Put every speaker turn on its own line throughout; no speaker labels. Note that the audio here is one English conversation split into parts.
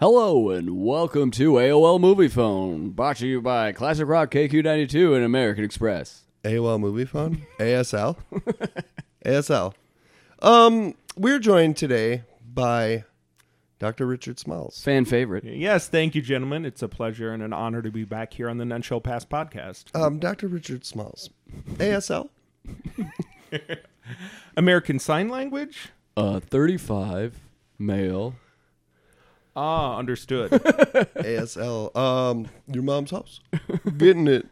Hello and welcome to AOL Movie Phone, brought to you by Classic Rock KQ92 and American Express.
AOL Movie Phone? ASL? ASL. Um, we're joined today by Dr. Richard Smiles.
Fan favorite.
Yes, thank you, gentlemen. It's a pleasure and an honor to be back here on the None Shall Pass podcast.
Um, Dr. Richard Smiles. ASL?
American Sign Language?
Uh, 35, male.
Ah, understood.
ASL. Um, your mom's house. Getting it.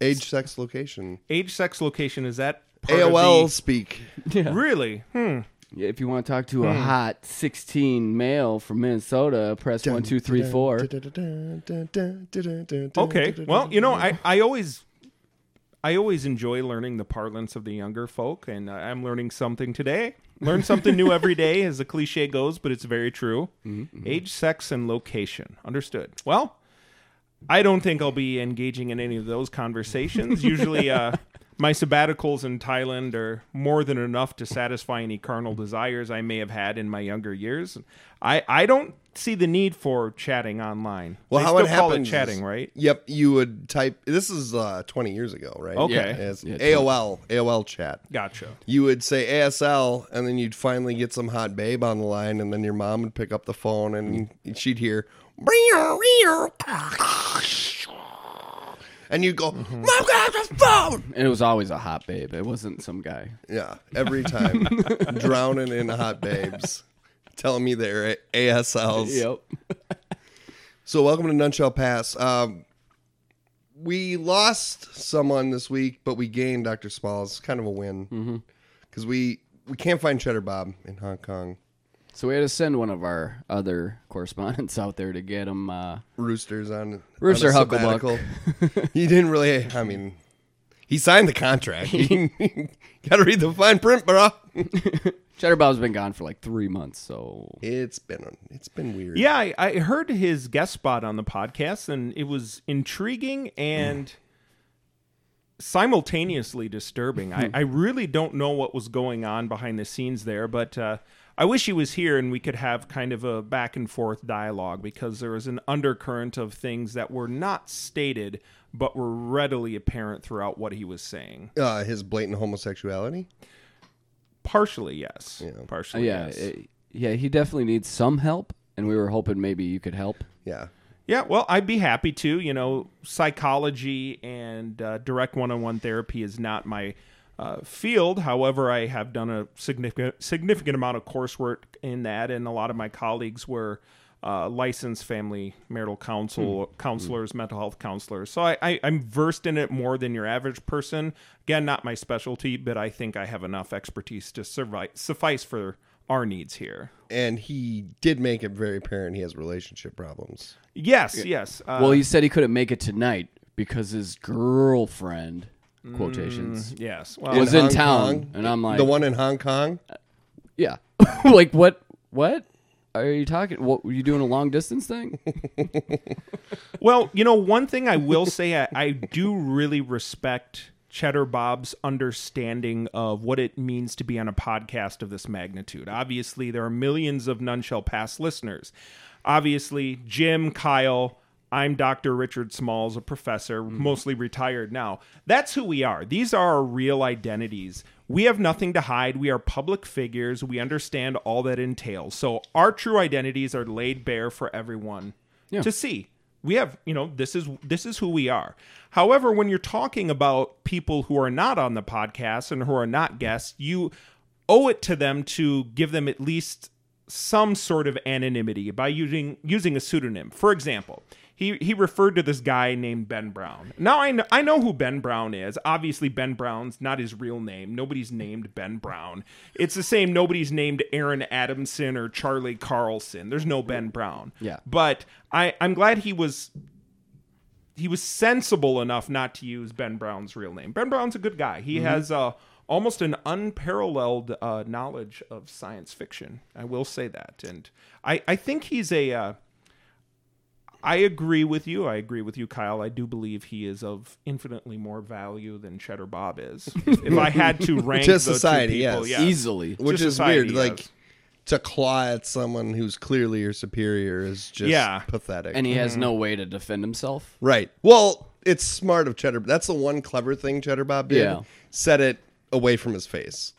Age, sex, location.
Age, sex, location, is that part of
AOL speak.
the- Really? Hmm.
If you want to talk to a hot 16 male from Minnesota, press one two three four.
Okay.
Okay. Well, you know, I, I always I always enjoy learning the parlance of the younger folk, and I- I'm learning something today. Learn something new every day, as the cliche goes, but it's very true.
Mm-hmm,
Age, sex, and location. Understood. Well, I don't think I'll be engaging in any of those conversations. Usually, uh, my sabbaticals in Thailand are more than enough to satisfy any carnal desires I may have had in my younger years. I, I don't see the need for chatting online.
Well,
They
how
still
it
call
happens
it
is-
chatting, right?
Yep, you would type. This is uh, 20 years ago, right?
Okay.
Yeah.
It's
Yeah,
AOL, AOL chat.
Gotcha.
you would say ASL, and then you'd finally get some hot babe on the line, and then your mom would pick up the phone, and she'd hear, "Meow, meow." and you'd go, "Mom, get off the phone!"
And it was always a hot babe. It wasn't some guy.
Yeah, every time, drowning in hot babes, telling me they're ASLs. So, welcome to None Shall Pass. Um, we lost someone this week, but we gained Dr. Smalls. Kind of a win because we we can't find Cheddar Bob in Hong Kong.
So we had to send one of our other correspondents out there to get him. Uh,
roosters on
Rooster
on a
Hucklebuck.
sabbatical. he didn't really. I mean, he signed the contract. Got to read the fine print, bro.
Cheddar Bob's been gone for like three months, so
It's been it's been weird.
Yeah, I, I heard his guest spot on the podcast, and it was intriguing and simultaneously disturbing.
Hmm.
I, I really don't know what was going on behind the scenes there, but uh, I wish he was here and we could have kind of a back and forth dialogue because there was an undercurrent of things that were not stated but were readily apparent throughout what he was saying.
Uh, his blatant homosexuality.
Partially, yes.
uh,
Partially,
yeah,
Oh, yes.
it- yeah. He definitely needs some help, and we were hoping maybe you could help.
Yeah.
Yeah, well, I'd be happy to. You know, psychology and uh, direct one-on-one therapy is not my uh, field. However, I have done a significant significant amount of coursework in that, and a lot of my colleagues were uh, licensed family marital counsel counselors, mental health counselors. So I, I, I'm versed in it more than your average person. Again, not my specialty, but I think I have enough expertise to survive, suffice for our needs here.
And he did make it very apparent he has relationship problems.
Yes, yes. Uh,
Well, he said he couldn't make it tonight because his girlfriend quotations
yes. Well,
was
In
in
Hong
town,
Kong?
and I'm like, uh,
the one in Hong Kong.
yeah, like what? What are you talking? What were you doing a long distance thing?
Well, you know, one thing I will say, I, I do really respect Cheddar Bob's understanding of what it means to be on a podcast of this magnitude. Obviously, there are millions of None Shall Pass listeners. Obviously, Jim, Kyle, I'm Dr. Richard Smalls, a professor, mostly retired now. That's who we are. These are our real identities. We have nothing to hide. We are public figures. We understand all that entails. So our true identities are laid bare for everyone
Yeah.
to see. We have, you know, this is this is who we are. However, when you're talking about people who are not on the podcast and who are not guests, you owe it to them to give them at least some sort of anonymity by using using a pseudonym. For example, he he referred to this guy named Ben Brown. Now I know I know who Ben Brown is. Obviously, Ben Brown's not his real name. Nobody's named Ben Brown. It's the same. Nobody's named Aaron Adamson or Charlie Carlson. There's no Ben Brown.
Yeah.
But I I'm glad he was he was sensible enough not to use Ben Brown's real name. Ben Brown's a good guy. He
Mm-hmm.
has uh, almost an unparalleled uh, knowledge of science fiction. I will say that, and I I think he's a. Uh, I agree with you. I agree with you, Kyle. I do believe he is of infinitely more value than Cheddar Bob is. If I had to rank
To
the two
society,
people,
yes.
yeah.
Easily.
which
To
is
society,
weird. Like
yes.
to claw at someone who's clearly your superior is just
Yeah.
pathetic.
and he has no way to defend himself.
right. Well, it's smart of Cheddar. That's the one clever thing Cheddar Bob did.
Yeah.
Set it away from his face.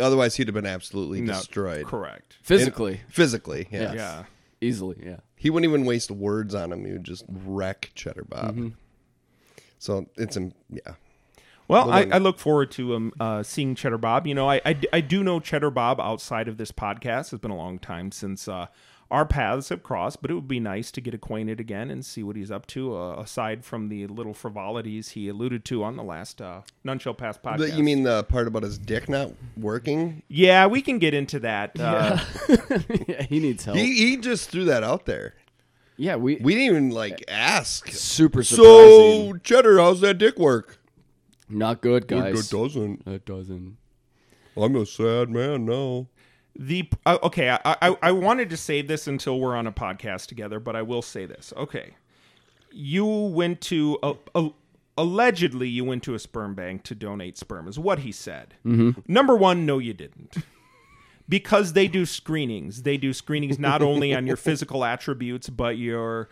Otherwise, he'd have been absolutely
No,
destroyed.
Correct.
Physically,
Physically, yeah.
Yeah.
easily, yeah.
He wouldn't even waste words on him. He would just wreck Cheddar Bob.
Mm-hmm.
So it's, im- yeah.
Well, I,
then-
I look forward to um, uh, seeing Cheddar Bob. You know, I, I d- I do know Cheddar Bob outside of this podcast. It's been a long time since uh, our paths have crossed, but it would be nice to get acquainted again and see what he's up to, uh, aside from the little frivolities he alluded to on the last uh, None Shall Pass podcast.
But you mean the part about his dick not working?
Yeah, we can get into that. Uh,
yeah he needs help.
He, he just threw that out there.
yeah, we,
We didn't even like ask.
super surprising.
So Cheddar, how's that dick work?
Not good,
It
guys.
doesn't.
It doesn't.
I'm a sad man now.
The uh, okay, I, I I wanted to save this until we're on a podcast together, but I will say this. Okay, you went to a, a, allegedly you went to a sperm bank to donate sperm, is what he said. Number one, no, you didn't. Because they do screenings. They do screenings not only on your physical attributes, but your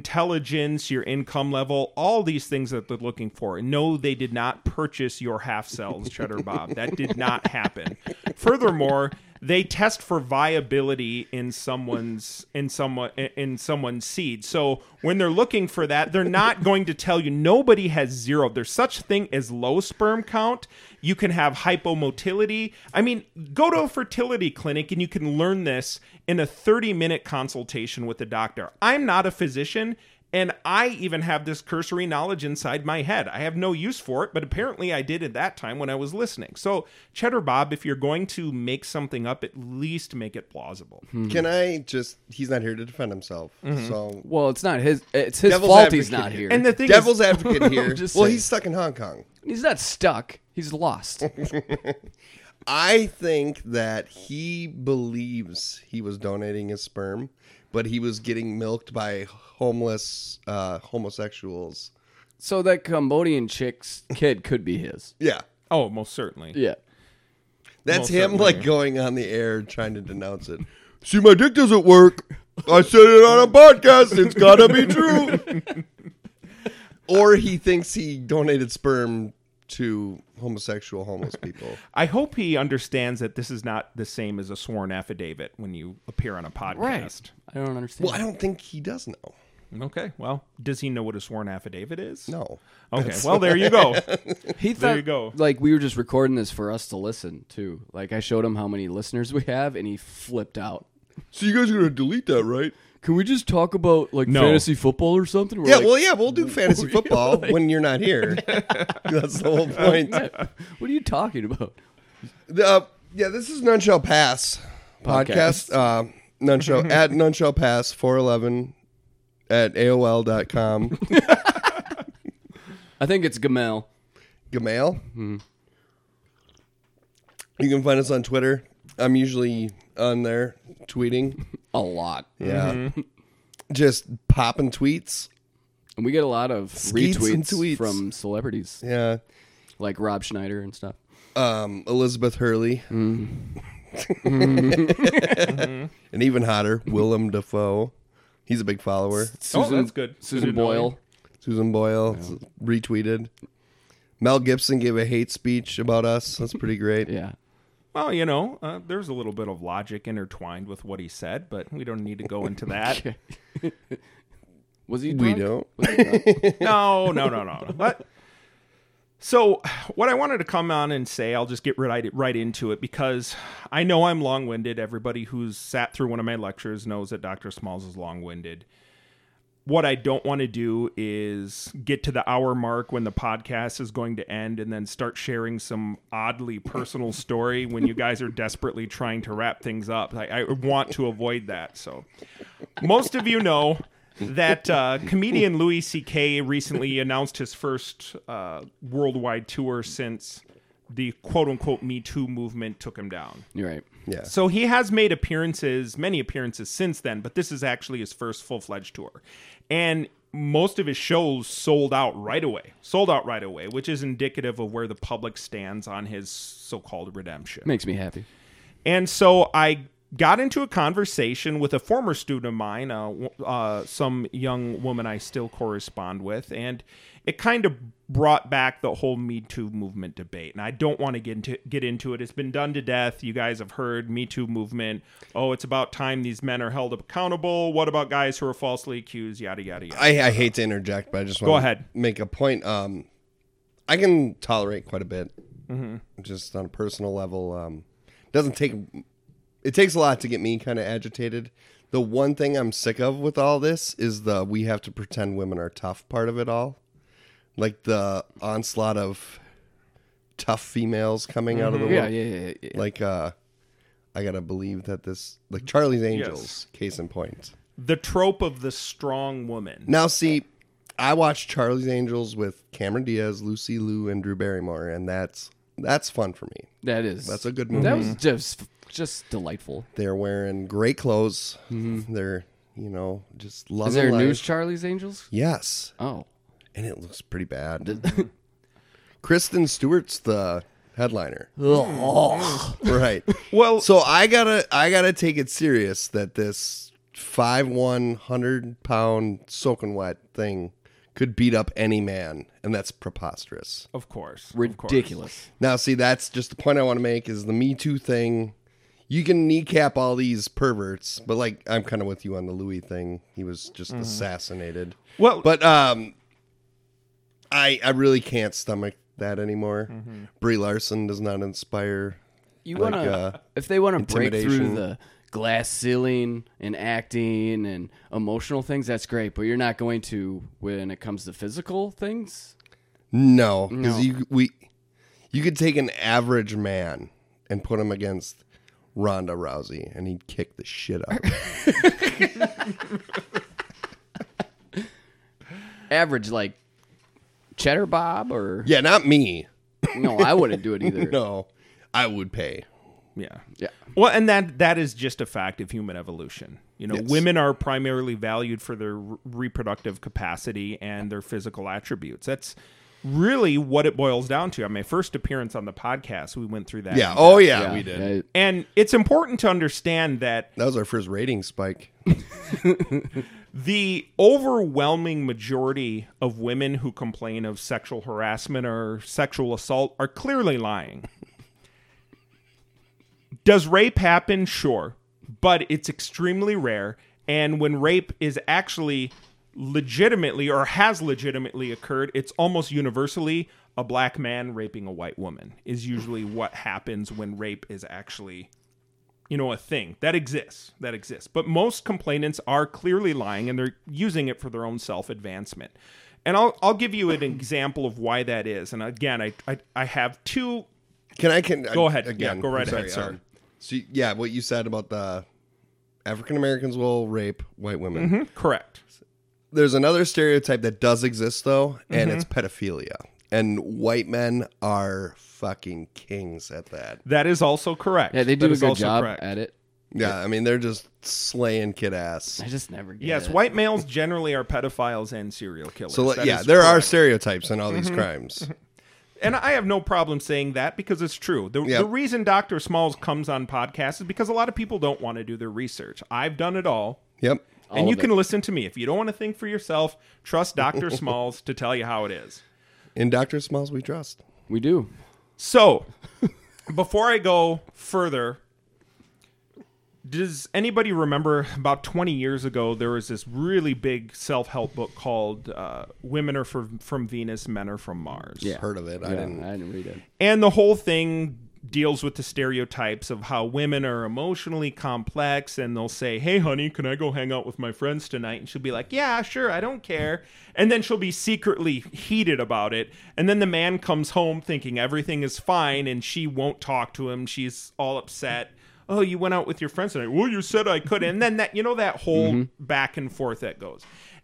intelligence, your income level, all these things that they're looking for. And no, they did not purchase your half cells, Cheddar Bob. That did not happen. Furthermore, they test for viability in someone's in someone in someone's seed. So when they're looking for that, they're not going to tell you nobody has zero. There's such thing as low sperm count. You can have hypomotility. I mean, go to a fertility clinic and you can learn this in a 30-minute consultation with a doctor. I'm not a physician and I even have this cursory knowledge inside my head. I have no use for it, but apparently I did at that time when I was listening. So, Cheddar Bob, if you're going to make something up, at least make it plausible.
Mm-hmm.
Can I just? He's not here to defend himself. So
Well, it's not his. It's his
Devil's
fault he's
advocate
not here.
here.
And the thing
devil's
is,
advocate here. well,
just saying.
he's stuck in Hong Kong.
he's not stuck. He's lost.
I think that he believes he was donating his sperm, but he was getting milked by homeless uh, homosexuals.
so that Cambodian chick's kid could be his.
Yeah,
oh, most certainly.
Yeah.
that's
Most
him.
certainly.
Like going on the air trying to denounce it. See, my dick doesn't work. I said it on a podcast. It's gotta be true. or he thinks he donated sperm to homosexual homeless people.
I hope he understands that this is not the same as a sworn affidavit when you appear on a podcast.
I don't understand.
Well, I don't think he does know.
Okay. Well, does he know what a sworn affidavit is?
No.
Okay. Well, there you go.
he thought,
There you go.
Like we were just recording this for us to listen to. Like I showed him how many listeners we have, and he flipped out.
So you guys are gonna delete that, right?
Can we just talk about like
No.
fantasy football or something? We're
Yeah,
like,
well, yeah, we'll do fantasy football when you're not here. That's the whole point.
what are you talking about?
Uh, yeah, this is None Shall Pass podcast.
Podcast.
Uh, none shall at None Shall Pass four eleven at AOL.com.
I think it's Gamel.
Gmail. You can find us on Twitter. I'm usually on there tweeting.
A lot.
Yeah, just popping tweets.
And we get a lot of
Skeets and tweets.
retweets from celebrities
Yeah,
like Rob Schneider and stuff.
um, Elizabeth Hurley, and even hotter, Willem Dafoe. He's a big follower.
Susan,
that's good.
Susan
Good to know
Boyle.
Susan Boyle s- retweeted. Mel Gibson gave a hate speech about us. That's pretty great.
Yeah.
Well, you know, uh, there's a little bit of logic intertwined with what he said, but we don't need to go into that.
Was he?
We
drunk?
don't.
no, no, no, no. But so, what I wanted to come on and say, I'll just get right right into it because I know I'm long winded. Everybody who's sat through one of my lectures knows that Doctor Smalls is long winded. What I don't want to do is get to the hour mark when the podcast is going to end and then start sharing some oddly personal story when you guys are desperately trying to wrap things up. I, I want to avoid that. So, most of you know that uh, comedian Louis C.K. recently announced his first uh, worldwide tour since the quote unquote Me Too movement took him down.
You're right.
Yeah.
So he has made appearances, many appearances since then, but this is actually his first full fledged tour. And most of his shows sold out right away, sold out right away, which is indicative of where the public stands on his so called redemption.
Makes me happy.
And so I got into a conversation with a former student of mine, uh, w- uh, some young woman I still correspond with, and it kind of brought back the whole Me Too movement debate. And I don't want to get into get into it. It's been done to death. You guys have heard Me Too movement. Oh, it's about time these men are held accountable. What about guys who are falsely accused? Yada yada yada.
I, I hate to interject, but I just want
Go ahead.
to make a point. Um, I can tolerate quite a bit,
Mm-hmm.
just on a personal level. Um, doesn't take it takes a lot to get me kind of agitated. The one thing I'm sick of with all this is the we have to pretend women are tough part of it all, like the onslaught of tough females coming out of
Mm-hmm.
the
Yeah,
wo-
yeah, yeah, yeah.
like uh, I gotta believe that this like Charlie's Angels case in point.
the trope of the strong woman.
Now, see, I watched Charlie's Angels with Cameron Diaz, Lucy Liu, and Drew Barrymore, and that's that's fun for me.
That is.
That's a good movie.
That was just just delightful.
They're wearing great clothes. They're you know just loving.
Mm-hmm. Is there
life.
news Charlie's Angels?
Yes,
Oh.
and it looks pretty bad. Kristen Stewart's the headliner, right?
Oh.
Well,
so I gotta I gotta take it serious that this five one hundred pound soaking wet thing could beat up any man, and that's preposterous.
of course, of course.
Ridiculous.
Now, see, that's just the point I want to make is the Me Too thing. You can kneecap all these perverts, but like I'm kind of with you on the Louis thing. He was just
Mm-hmm.
assassinated.
Well,
But um, I I really can't stomach that anymore. Brie Larson does not inspire.
Mm-hmm. You
Like,
wanna
uh,
if they want to break through
intimidation.
the glass ceiling and acting and emotional things, that's great. But you're not going to when it comes to physical things.
No, because
No.
you we you could take an average man and put him against Ronda Rousey, and he'd kick the shit out. of her.
Average like Cheddar Bob or
yeah, not me.
no, I wouldn't do it either.
No, I would pay.
yeah.
Yeah.
Well, and that that is just a fact of human evolution. You know,
Yes.
women are primarily valued for their re- reproductive capacity and their physical attributes. That's really what it boils down to. On my first appearance on the podcast, we went through that.
Yeah. Oh yeah,
Yeah,
we did.
yeah.
And it's important to understand that
That was our first rating spike.
the overwhelming majority of women who complain of sexual harassment or sexual assault are clearly lying. Does rape happen? Sure. But it's extremely rare. And when rape is actually legitimately or has legitimately occurred, it's almost universally a black man raping a white woman, is usually what happens when rape is actually you know, a thing that exists, that exists. But most complainants are clearly lying and they're using it for their own self advancement. And I'll, I'll give you an example of why that is. And again, I, I, I have two.
Can I can
Go ahead.
again?
Yeah, go right
I'm
ahead, sir.
um, so yeah, what you said about the African Americans will rape white women.
Mm-hmm. Correct.
There's another stereotype that does exist though, and
Mm-hmm.
it's pedophilia. And white men are fucking kings at that.
That is also correct.
Yeah, they do
That
a
is
good
also
job
correct.
at it.
Yeah, I mean they're just slaying kid ass.
I just never get
Yes,
it.
while males generally are pedophiles and serial killers.
So
That
yeah,
is
there are
correct.
stereotypes in all these crimes.
and I have no problem saying that because it's true. The,
Yeah.
the reason Dr. Smalls comes on podcasts is because a lot of people don't want to do their research. I've done it all.
Yep.
All
and you
of
can listen to me. If you don't want to think for yourself, trust Dr. Smalls to tell you how it is.
In Doctor Smalls we trust.
We do.
So, before I go further, does anybody remember about 20 years ago there was this really big self-help book called uh, "Women Are from, from Venus, Men Are from Mars."
Yeah.
Heard of it. I
Yeah,
didn't
I didn't read it.
and the whole thing deals with the stereotypes of how women are emotionally complex and they'll say hey honey can i go hang out with my friends tonight and she'll be like yeah sure i don't care and then she'll be secretly heated about it and then the man comes home thinking everything is fine and she won't talk to him she's all upset oh you went out with your friends tonight well you said i could and then that you know that whole back and forth that goes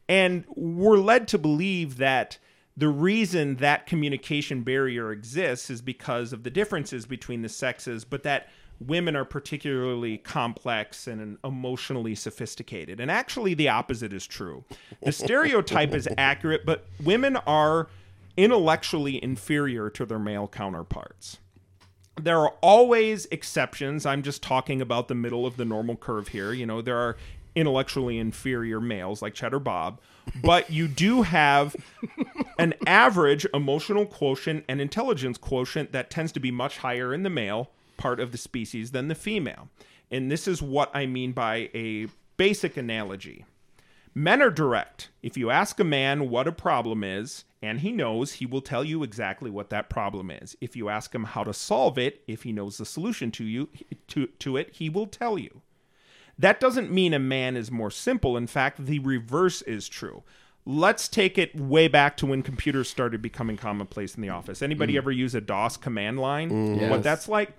and we're led to believe that the reason that communication barrier exists is because of the differences between the sexes, but that women are particularly complex and emotionally sophisticated. And actually, the opposite is true. The stereotype is accurate, but women are intellectually inferior to their male counterparts. there are always exceptions. I'm just talking about the middle of the normal curve here. You know, there are intellectually inferior males like Cheddar Bob, but you do have an average emotional quotient and intelligence quotient that tends to be much higher in the male part of the species than the female. And this is what I mean by a basic analogy. Men are direct. If you ask a man what a problem is, and he knows, he will tell you exactly what that problem is. If you ask him how to solve it, if he knows the solution to you to, to it, he will tell you. That doesn't mean a man is more simple. In fact, the reverse is true. Let's take it way back to when computers started becoming commonplace in the office. Anybody ever use a DOS command line? What
Yes.
that's like?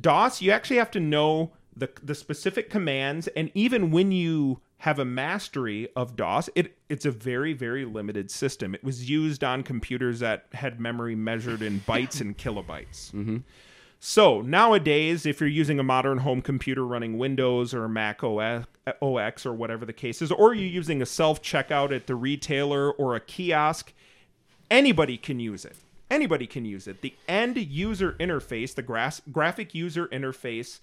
DOS, you actually have to know the the specific commands, and even when you have a mastery of DOS, it it's a very very limited system. It was used on computers that had memory measured in bytes and kilobytes. So nowadays, if you're using a modern home computer running Windows or Mac OS, OX or whatever the case is, or you're using a self checkout at the retailer or a kiosk, anybody can use it. Anybody can use it. The end user interface, the gras- graphic user interface,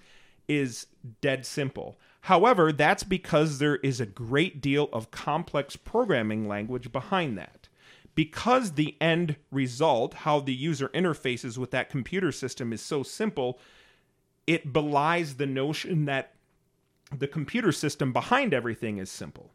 is dead simple. However, that's because there is a great deal of complex programming language behind that because the end result, how the user interfaces with that computer system is so simple, it belies the notion that the computer system behind everything is simple.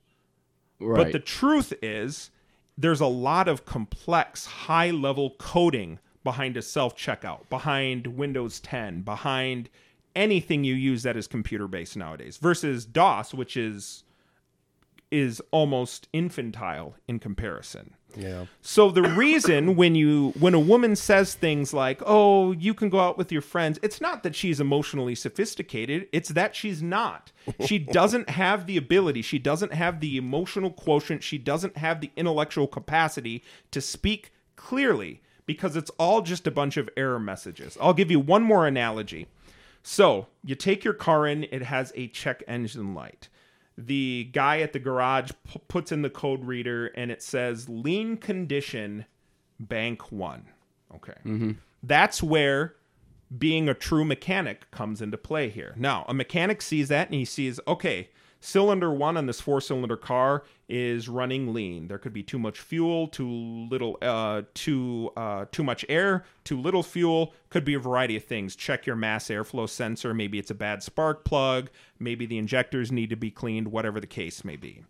Right.
But the truth is, there's a lot of complex, high level coding behind a self checkout, behind Windows 10, behind anything you use that is computer based nowadays, versus DOS, which is is almost infantile in comparison.
Yeah.
So the reason when you when a woman says things like, "Oh, you can go out with your friends," it's not that she's emotionally sophisticated, it's that she's not. She doesn't have the ability, she doesn't have the emotional quotient, she doesn't have the intellectual capacity to speak clearly because it's all just a bunch of error messages. I'll give you one more analogy. So you take your car in, it has a check engine light. The guy at the garage p- puts in the code reader and it says lean condition bank one. Okay. That's where being a true mechanic comes into play here. Now, a mechanic sees that and he sees, okay, cylinder one on this four cylinder car is running lean. There could be too much fuel, too little, uh, too, uh, too much air, too little fuel. Could be a variety of things. Check your mass airflow sensor. Maybe it's a bad spark plug. Maybe the injectors need to be cleaned, whatever the case may be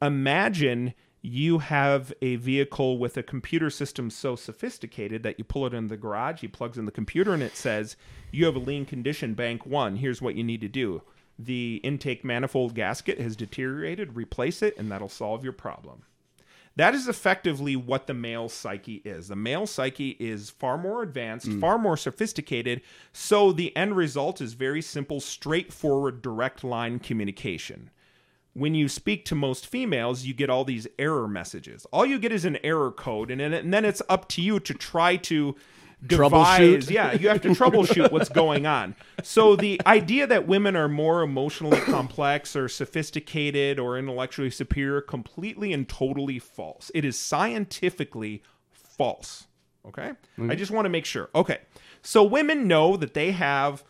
imagine you have a vehicle with a computer system so sophisticated that you pull it in the garage, you plugs in the computer, and it says, You have a lean condition, bank one. Here's what you need to do. The intake manifold gasket has deteriorated, replace it, and that'll solve your problem. That is effectively what the male psyche is. The male psyche is far more advanced, far more sophisticated, so the end result is very simple, straightforward, direct line communication when you speak to most females, you get all these error messages. All you get is an error code, and, and then it's up to you to try to devise.
Troubleshoot.
Yeah, you have to troubleshoot what's going on. So the idea that women are more emotionally complex or sophisticated or intellectually superior completely and totally false. It is scientifically false. Okay, I just want to make sure. Okay, so women know that they have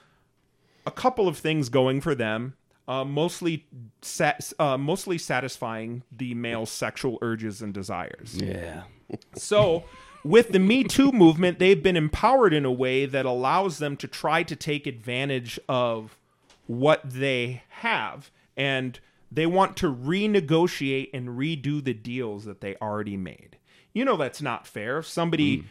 a couple of things going for them, uh, mostly sat- uh, mostly satisfying the male sexual urges and desires.
yeah.
So, with the Me Too movement, they've been empowered in a way that allows them to try to take advantage of what they have. And they want to renegotiate and redo the deals that they already made. You know, that's not fair. If somebody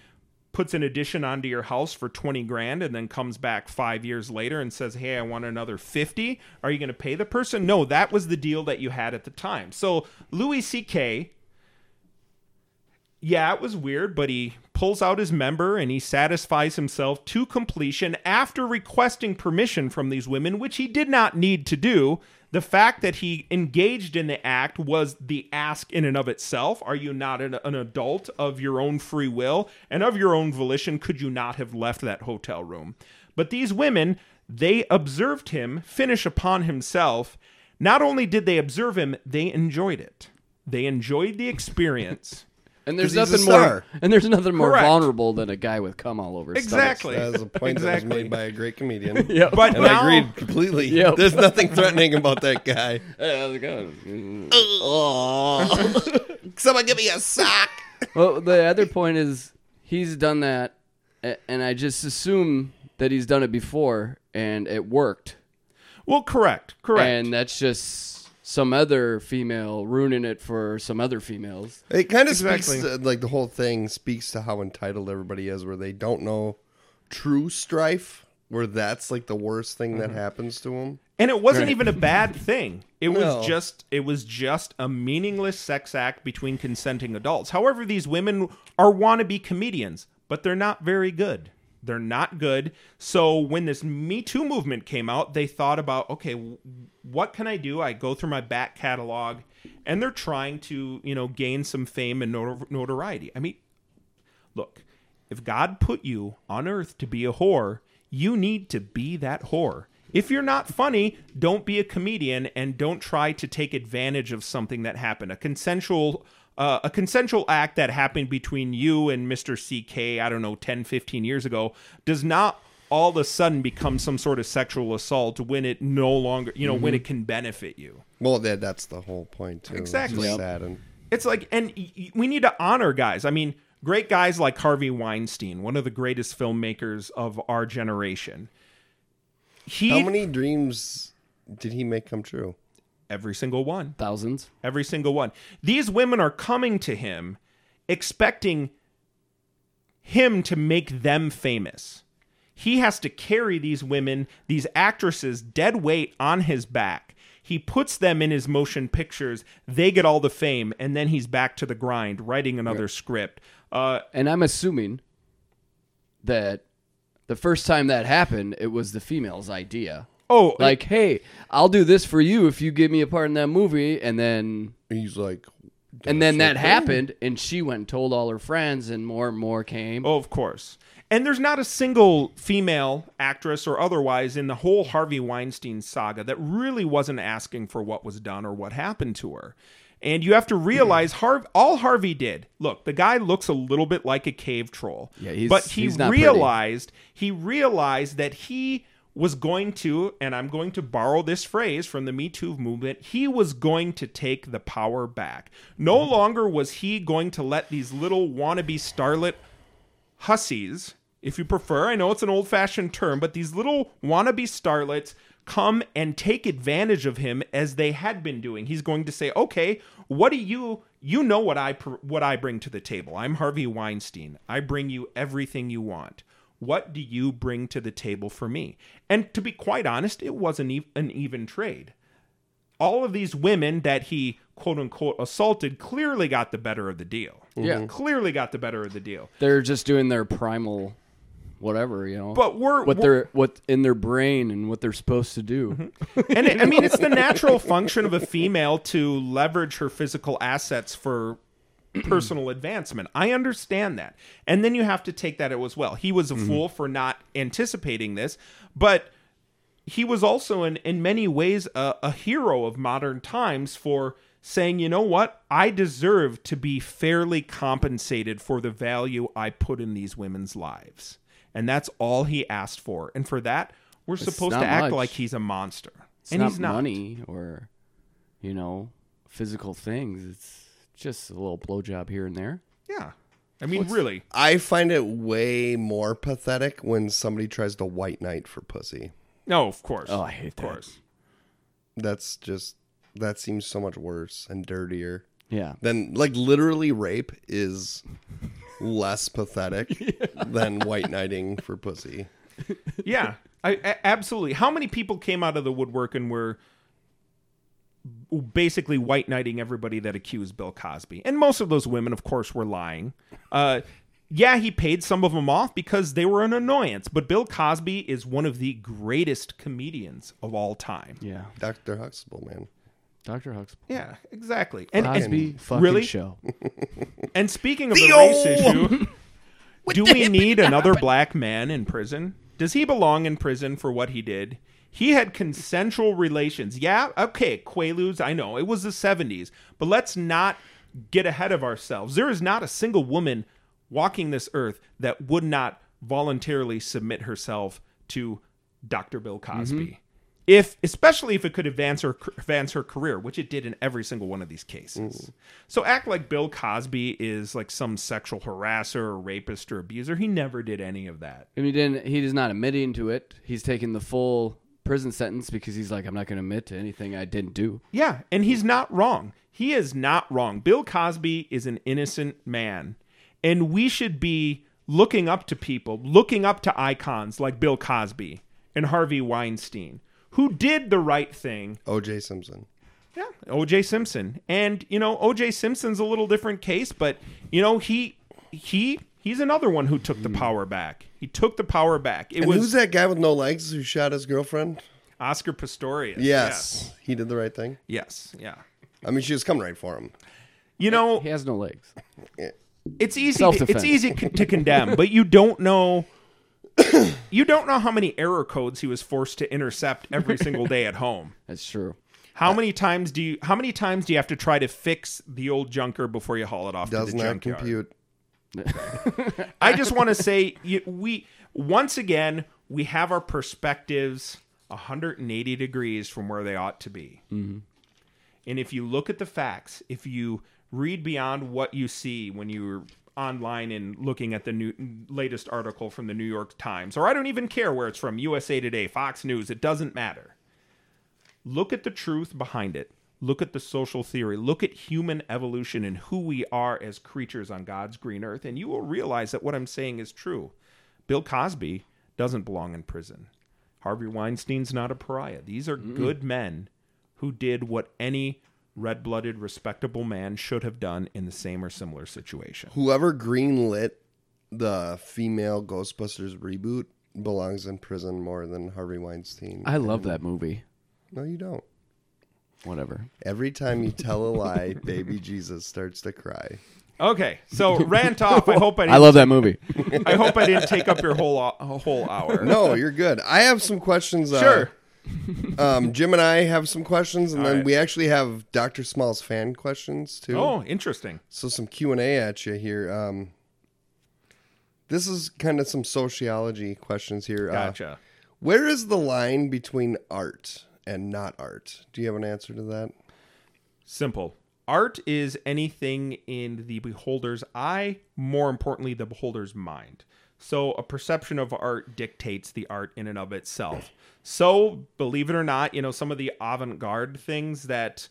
puts an addition onto your house for 20 grand and then comes back five years later and says, Hey, I want another 50. Are you going to pay the person? No, that was the deal that you had at the time. So, Louis C.K yeah, it was weird, but he pulls out his member and he satisfies himself to completion after requesting permission from these women, which he did not need to do. The fact that he engaged in the act was the ask in and of itself. Are you not an, an adult of your own free will and of your own volition? Could you not have left that hotel room? But these women, they observed him finish upon himself. Not only did they observe him, they enjoyed it. They enjoyed the experience.
And there's
'Cause
nothing
he's a
more.
star.
And there's nothing more
Correct.
vulnerable than a guy with cum all over. his stomach.
Exactly.
That was a point that
Exactly.
was made by a great comedian.
Yep.
But
And
now,
I agreed completely.
Yep.
There's nothing threatening about that guy.
Hey, how's it going?
Someone give me a sock.
well, the other point is he's done that, a- and I just assume that he's done it before, and it worked.
well, correct, correct.
And that's just some other female ruining it for some other females.
It kind of
Exactly.
speaks to, like the whole thing speaks to how entitled everybody is, where they don't know true strife, where that's like the worst thing that happens to them.
And it wasn't even a bad thing. It was
No.
just it was just a meaningless sex act between consenting adults. However, these women are wannabe comedians, but they're not very good. They're not good. So when this Me Too movement came out, they thought about, okay, w- what can I do? I go through my back catalog and they're trying to, you know, gain some fame and notor- notoriety. I mean, look, if God put you on earth to be a whore, you need to be that whore. If you're not funny, don't be a comedian and don't try to take advantage of something that happened. A consensual uh, a consensual act that happened between you and Mr. CK, I don't know, 10, 15 years ago does not all of a sudden become some sort of sexual assault when it no longer, you know, when it can benefit you.
Well, that, that's the whole point too. It's just
Exactly. Yep.
sad and-
It's like, and y- y- we need to honor guys. I mean, great guys like Harvey Weinstein, one of the greatest filmmakers of our generation. He
how many dreams did he make come true?
every single one,
Thousands.
every single one. These women are coming to him, expecting him to make them famous. He has to carry these women, these actresses, dead weight on his back. He puts them in his motion pictures. They get all the fame, and then he's back to the grind, writing another script. Uh,
And I'm assuming that the first time that happened, it was the female's idea.
oh,
Like, hey, I'll do this for you if you give me a part in that movie, and then
He's like,
and then that happened, and she went and told all her friends, and more and more came.
Oh, of course. And there's not a single female actress or otherwise in the whole Harvey Weinstein saga that really wasn't asking for what was done or what happened to her. And you have to realize
Mm-hmm.
Harv- all Harvey did. Look, the guy looks a little bit like a cave troll.
Yeah, he's-
but he
he's not pretty.
realized he realized that he was going to and I'm going to borrow this phrase from the Me Too movement, he was going to take the power back. No
Mm-hmm.
longer was he going to let these little wannabe starlet hussies, if you prefer. I know it's an old fashioned term, but these little wannabe starlets come and take advantage of him as they had been doing. He's going to say, "Okay, what do you you know what I pr- what I bring to the table? I'm Harvey Weinstein. I bring you everything you want. What do you bring to the table for me?" And to be quite honest, it wasn't ev- an even trade all of these women that he quote unquote assaulted clearly got the better of the deal.
Yeah.
Clearly got the better of the deal.
They're just doing their primal, whatever you know.
But we're,
what
we're-
they're what in their brain and what they're supposed to do.
Mm-hmm. and it, I mean it's the natural function of a female to leverage her physical assets for personal advancement. I understand that. And then you have to take that as well. He was a
Mm-hmm.
fool for not anticipating this, but he was also in in many ways a, a hero of modern times for saying, you know what, I deserve to be fairly compensated for the value I put in these women's lives, and that's all he asked for. And for that, we're supposed
not
to act
much.
like he's a monster,
It's
and
not
he's not.
money or you know physical things. It's just a little blowjob here and there.
Yeah, I mean, really,
I find it way more pathetic when somebody tries to white knight for pussy.
no, of course.
Oh, I hate
of
that.
course.
That's just that seems so much worse and dirtier.
Yeah,
Then, like literally, rape is less pathetic than white knighting for pussy.
yeah, I, a- absolutely. How many people came out of the woodwork and were basically white knighting everybody that accused Bill Cosby? And most of those women, of course, were lying. Uh, yeah, he paid some of them off because they were an annoyance. But Bill Cosby is one of the greatest comedians of all time.
yeah.
Doctor Huxtable, man.
Dr. Huxtable.
Yeah, exactly. And, and
Cosby fucking
really?
show.
and speaking of the race issue, do we need another black man in prison? Does he belong in prison for what he did? He had consensual relations. Yeah, okay, Quaaludes, I know. It was the 70s, but let's not get ahead of ourselves. There is not a single woman walking this earth that would not voluntarily submit herself to Dr. Bill Cosby. If especially if it could advance her advance her career, which it did in every single one of these cases. So act like Bill Cosby is like some sexual harasser or rapist or abuser. He never did any of that.
And he didn't. He is not admitting to it. He's taking the full prison sentence because he's like, I'm not going to admit to anything I didn't do.
Yeah, and he's not wrong. He is not wrong. Bill Cosby is an innocent man, and we should be looking up to people, looking up to icons like Bill Cosby and Harvey Weinstein, who did the right thing.
OJ Simpson.
Yeah, OJ Simpson. And you know, OJ Simpson's a little different case, but you know, he he he's another one who took the power back. He took the power back. It
Hmm. And
was
who's that guy with no legs who shot his girlfriend?
Oscar Pistorius.
Yes, he did the right thing.
Yes. yes, Yeah.
I mean, she was coming right for him.
You know,
He has no legs.
it's easy
Self-defense.
it's easy c- to condemn but you don't know you don't know how many error codes he was forced to intercept every single day at home
That's true.
how many times do you how many times do you have to try to fix the old junker before you haul it off
Does
to the
not
junkyard
compute.
i just want to say you, we once again we have our perspectives 180 degrees from where they ought to be And if you look at the facts, if you read beyond what you see when you're online and looking at the new latest article from the New York Times, or I don't even care where it's from, USA Today, Fox News, it doesn't matter. Look at the truth behind it. Look at the social theory. Look at human evolution and who we are as creatures on God's green earth, and you will realize that what I'm saying is true. Bill Cosby doesn't belong in prison. Harvey Weinstein's not a pariah. These are good men who did what any red blooded, respectable man should have done in the same or similar situation.
Whoever greenlit the female Ghostbusters reboot belongs in prison more than Harvey Weinstein.
I love that movie.
no, you don't.
Whatever.
Every time you tell a lie, baby Jesus starts to cry.
Okay, so rant off. I hope I
I
didn't,
love that movie.
I hope I didn't take up your whole ho- whole hour.
No, you're good. I have some questions. Uh,
Sure.
Um, Jim and I have some questions, and then
right.
we actually have Dr. Small's fan questions too.
Oh, interesting.
So some Q and A at you here. Um, this is kind of some sociology questions here. Uh,
Gotcha.
where is the line between art and not art? Do you have an answer to that?
Simple. Art is anything in the beholder's eye, more importantly, the beholder's mind. So a perception of art dictates the art in and of itself. So, believe it or not, you know, some of the avant garde things that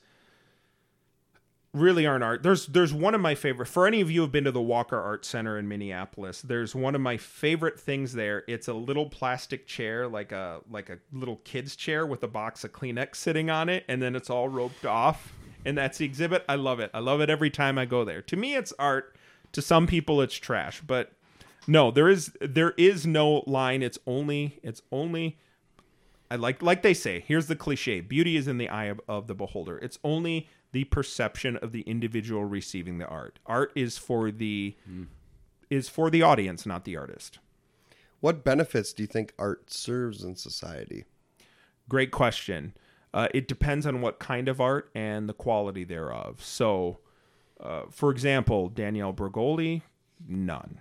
really aren't art. There's there's one of my favorite for any of you who have been to the Walker Art Center in Minneapolis, there's one of my favorite things there. It's a little plastic chair, like a like a little kid's chair with a box of Kleenex sitting on it, and then it's all roped off. And that's the exhibit. I love it. I love it every time I go there. To me it's art. To some people it's trash, but no, there is there is no line. It's only it's only I like like they say, here's the cliche. Beauty is in the eye of, of the beholder. It's only the perception of the individual receiving the art. Art is for the is for the audience, not the artist.
What benefits do you think art serves in society?
Great question. Uh, it depends on what kind of art and the quality thereof. So, uh, for example, Danielle Brigoli, none.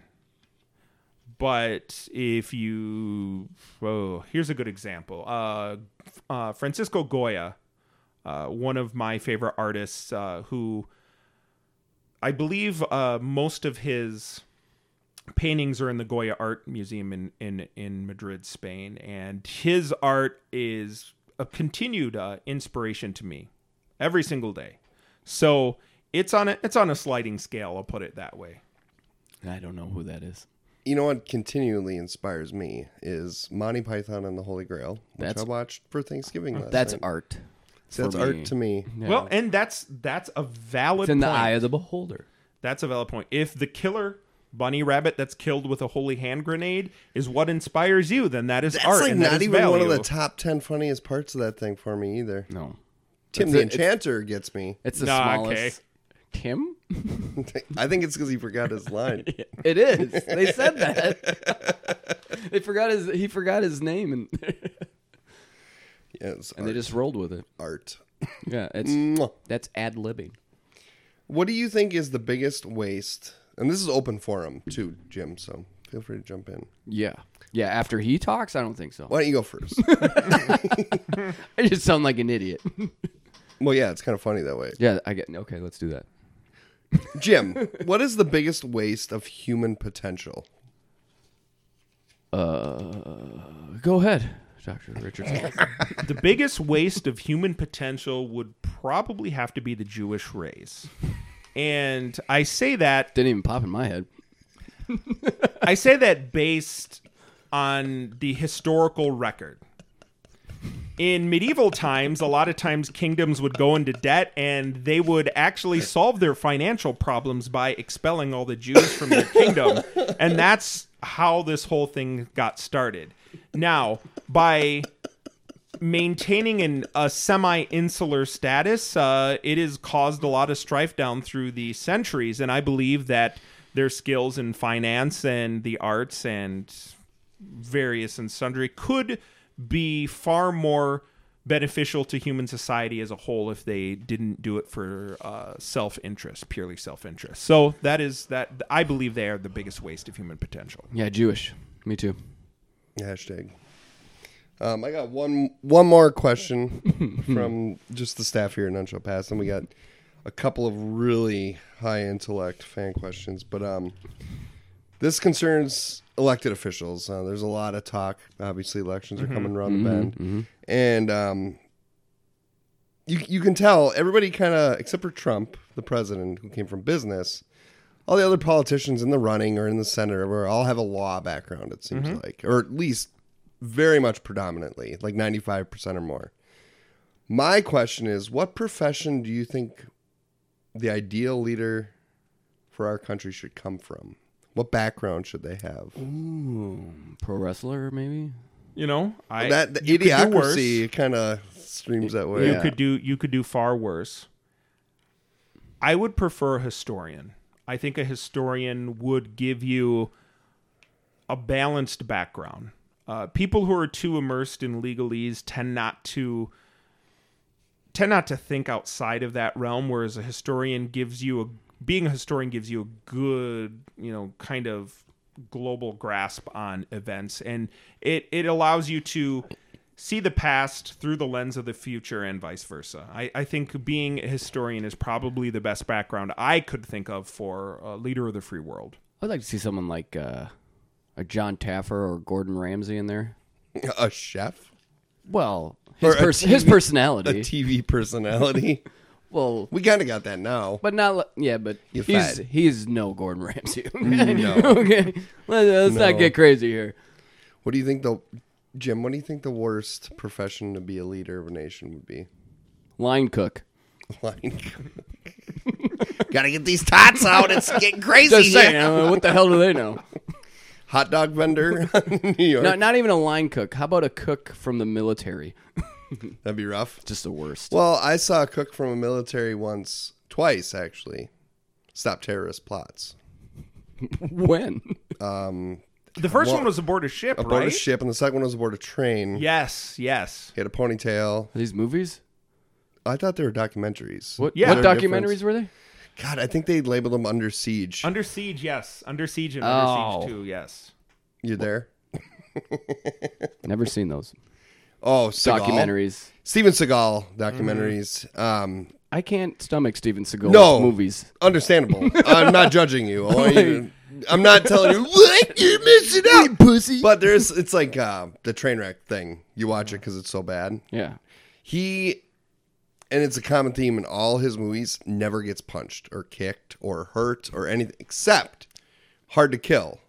But if you, oh, here's a good example. Uh, uh, Francisco Goya, uh, one of my favorite artists, uh, who I believe uh, most of his paintings are in the Goya Art Museum in in in Madrid, Spain, and his art is a continued uh, inspiration to me every single day. So it's on a it's on a sliding scale. I'll put it that way.
I don't know who that is.
You know what continually inspires me is Monty Python and the Holy Grail, which
That's-
I watched for Thanksgiving last
That's
night.
art.
That's
for
art
me.
to me.
Yeah.
Well, and that's that's a valid
it's in the
point.
eye of the beholder.
That's a valid point. If the killer bunny rabbit that's killed with a holy hand grenade is what inspires you, then that is
That's
art.
like
and that
not
is
even one of
value.
the top ten funniest parts of that thing for me either.
No,
Tim
It's
the
a- it's-
Enchanter gets me.
it's the
Nah,
smallest. Kim?
I think it's because he forgot his line.
It is. They said that. they forgot his. He forgot his name, and
Yes,
and they just rolled with it.
art.
Yeah, it's
Mwah.
that's ad libbing.
What do you think is the biggest waste? And this is open forum too, Jim. So feel free to jump in.
Yeah. Yeah, after he talks, I don't think so.
Why don't you go first?
I just sound like an idiot.
well, yeah, it's kind of funny that way.
yeah, I get okay, let's do that.
Jim, what is the biggest waste of human potential?
Uh, Go ahead, Dr. Richardson.
The biggest waste of human potential would probably have to be the Jewish race. And I say that
Didn't even pop in my head.
I say that based on the historical record. In medieval times, a lot of times kingdoms would go into debt and they would actually solve their financial problems by expelling all the Jews from their kingdom. And that's how this whole thing got started. Now, by maintaining an, a semi-insular status, uh, it has caused a lot of strife down through the centuries, and I believe that their skills in finance and the arts and various and sundry could be far more beneficial to human society as a whole if they didn't do it for uh, self-interest, purely self-interest. So that is that. I believe they are the biggest waste of human potential.
Yeah, Jewish. Me too.
Hashtag. Um, I got one one more question from just the staff here at Nuncho Pass, and we got a couple of really high intellect fan questions. But um, this concerns elected officials. Uh, there's a lot of talk. Obviously, elections are coming around the bend, and um, you you can tell everybody kind of except for Trump, the president who came from business. All the other politicians in the running or in the Senate or all have a law background. It seems
Mm-hmm.
like, or at least very much predominantly, like ninety five percent or more. My question is, what profession do you think the ideal leader for our country should come from? What background should they have?
Mm-hmm.
Hmm, Pro wrestler, maybe?
You know, I
that the
you could do worse.
idiocracy kind of streams that way.
you
Yeah.
could do you could do far worse i would prefer a historian i think a historian would give you a balanced background uh, people who are too immersed in legalese tend not to tend not to think outside of that realm whereas a historian gives you a being a historian gives you a good you know kind of global grasp on events and it it allows you to see the past through the lens of the future and vice versa i i think being a historian is probably the best background i could think of for a leader of the free world
I'd like to see someone like uh, a John Taffer or Gordon Ramsay in there.
A chef,
Well, his,
Or a
pers- his
TV a
personality.
TV personality.
well,
we kind of got that now.
but not li- yeah, but
You're
he's
fat.
he's no Gordon Ramsay. okay?
No.
okay, let's, let's
No.
not get crazy here.
What do you think the Jim? What do you think the worst profession to be a leader of a nation would be?
Line cook.
Like, gotta get these tots out. It's getting crazy.
Just saying,
here.
I mean, what the hell do they know?
Hot dog vendor in New York.
Not not even a line cook. How about a cook from the military?
That'd be rough.
Just the worst.
Well, I saw a cook from a military once, twice actually, stop terrorist plots.
When?
the first
Well,
one was aboard a ship
Aboard
right
a ship, and the second one was aboard a train.
yes yes
He had a ponytail.
Are these movies?
I thought they were documentaries.
What,
Yeah.
what
Is there a
documentaries
difference?
were they?
God, I think they labeled them under siege.
under siege yes under siege and
Oh.
under siege too yes
You're there.
Never seen those
Oh, Seagal.
documentaries.
Steven Seagal documentaries. Um,
I can't stomach Steven Seagal's
No.
movies.
understandable. I'm not judging you. I want you to- I'm not telling you what you're missing out, pussy. But there's, it's like uh, the train wreck thing. You watch it because it's so bad.
Yeah.
He, and it's a common theme in all his movies, never gets punched or kicked or hurt or anything except Hard to Kill,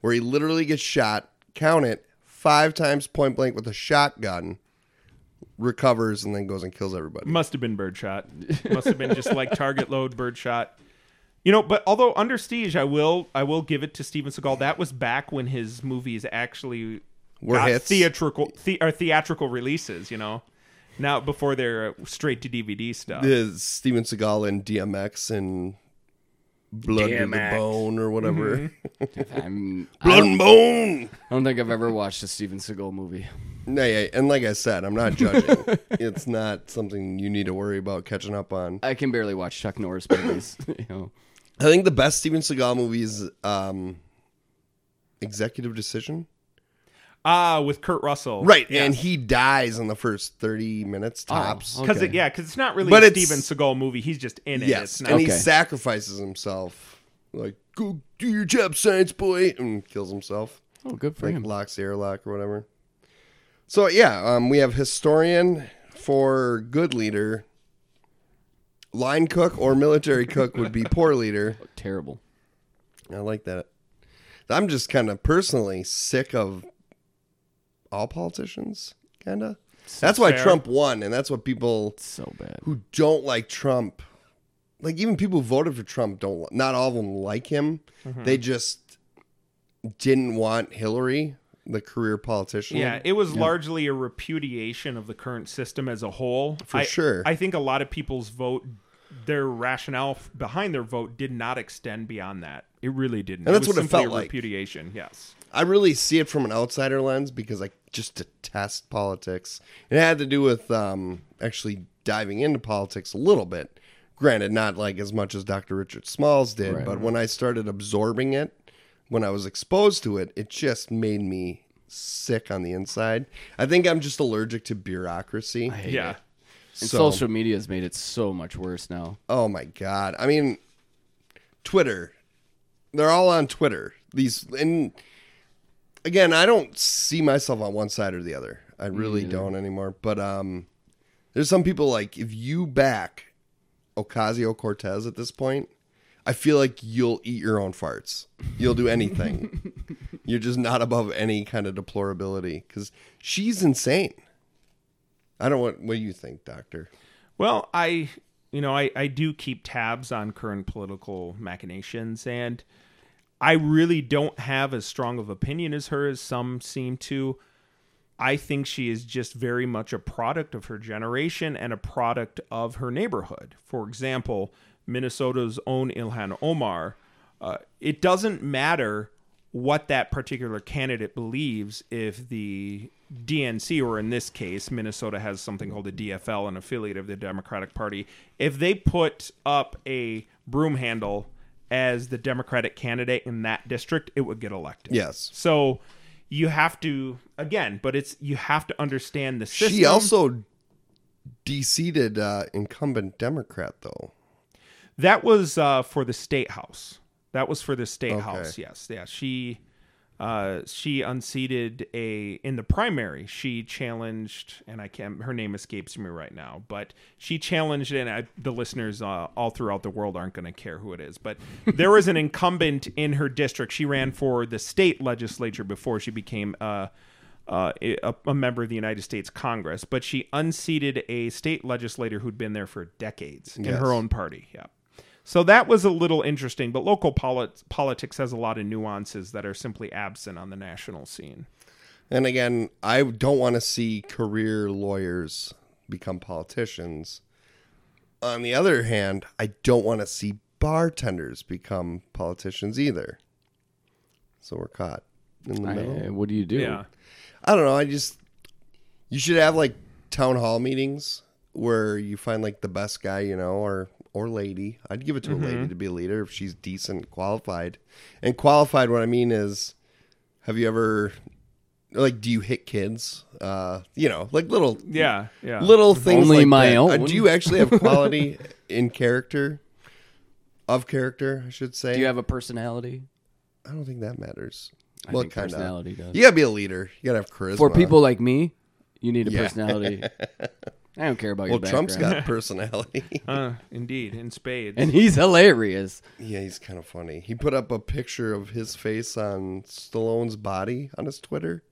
where he literally gets shot, count it, five times point blank with a shotgun, recovers, and then goes and kills everybody.
Must have been birdshot. Must have been just like target load birdshot. You know, but although under siege, I will I will give it to Steven Seagal. That was back when his movies actually
Were
got
hits.
theatrical the, or theatrical releases. You know, now before
uh,
they're straight to DVD stuff.
Is Steven Seagal and DMX and blood and
DMX.
bone or whatever.
I'm, I,
Blood
don't,
and bone.
I don't think I've ever watched a Steven Seagal movie.
No, yeah, and like I said, I'm not judging. it's not something you need to worry about catching up on.
I can barely watch Chuck Norris movies. you know.
I think the best Steven Seagal movie is um, Executive Decision.
Ah, with Kurt Russell.
Right, and he dies in the first 30 minutes tops.
okay.
Because it, yeah, because it's not really
But
a
it's-
Steven Seagal movie. He's just in it.
Yes,
It's not,
and he
Okay.
sacrifices himself. Like, go do your job, science boy, and kills himself.
Oh, good for
Like
him.
locks the airlock or whatever. So yeah, um, we have historian for good leader. Line cook or military cook would be poor leader.
Terrible.
I like that. I'm just kind of personally sick of all politicians, kind of. That's why
fair.
Trump won, and that's what people
So bad.
who don't like Trump, like even people who voted for Trump don't. li- Not all of them like him. They just didn't want Hillary, the career politician.
Yeah, it was largely a repudiation of the current system as a whole.
For
I-
sure.
I think a lot of people's vote, their rationale f- behind their vote, did not extend beyond that. It really didn't.
And that's
was
what it
simply
felt
a
like.
Repudiation. Yes.
I really see it from an outsider lens because I just detest politics. And it had to do with um, actually diving into politics a little bit. Granted, not like as much as Dr. Richard Smalls did,
Right.
but when I started absorbing it, when I was exposed to it, it just made me sick on the inside. I think I'm just allergic to bureaucracy.
Yeah.
And
So-
social media has made it so much worse now.
Oh my god. I mean Twitter. They're all on Twitter. These and again, I don't see myself on one side or the other. I really don't anymore. But um there's some people like if you back Ocasio Cortez at this point, I feel like you'll eat your own farts. You'll do anything. You're just not above any kind of deplorability because she's insane. I don't want what do you think, Doctor.
Well, I you know, I, I do keep tabs on current political machinations and I really don't have as strong of opinion as her as some seem to. I think she is just very much a product of her generation and a product of her neighborhood. For example, Minnesota's own Ilhan Omar. Uh, it doesn't matter what that particular candidate believes if the DNC, or in this case, Minnesota has something called the DFL, an affiliate of the Democratic Party, if they put up a broom handle as the Democratic candidate in that district, it would get elected.
Yes.
So you have to again, but it's you have to understand the system.
She also deceated uh, incumbent Democrat though.
that was uh, for the state house. That was for the state
Okay.
house. Yes, yeah. She uh, she unseated a in the primary. She challenged, and I can't. Her name escapes me right now, but she challenged, and I, the listeners uh, all throughout the world aren't going to care who it is. But there was an incumbent in her district. She ran for the state legislature before she became. Uh, uh, a, a member of the United States Congress, but she unseated a state legislator who'd been there for decades in
Yes.
her own party. Yeah. So that was a little interesting, but local polit- politics has a lot of nuances that are simply absent on the national scene.
And again, I don't want to see career lawyers become politicians. On the other hand, I don't want to see bartenders become politicians either. So we're caught in the middle.
I, uh, what do you do?
Yeah.
I don't know. I just you should have like town hall meetings where you find like the best guy you know or or lady. I'd give it to a
Mm-hmm.
lady to be a leader if she's decent, and qualified. And qualified, what I mean is, have you ever like do you hit kids? Uh, you know, like little
Yeah. Yeah.
little things
only
like
my
that. Uh,
own.
do you actually have quality in character? Of character, I should say.
Do you have a personality?
I don't think that matters.
I
well,
think
kind of.
personality does.
You gotta be a leader. You gotta have charisma.
For people like me, you need a
Yeah.
personality. I don't care about
Well,
your background.
Trump's got personality.
Uh, indeed, in spades.
and he's hilarious.
yeah, he's kind of funny. He put up a picture of his face on Stallone's body on his Twitter.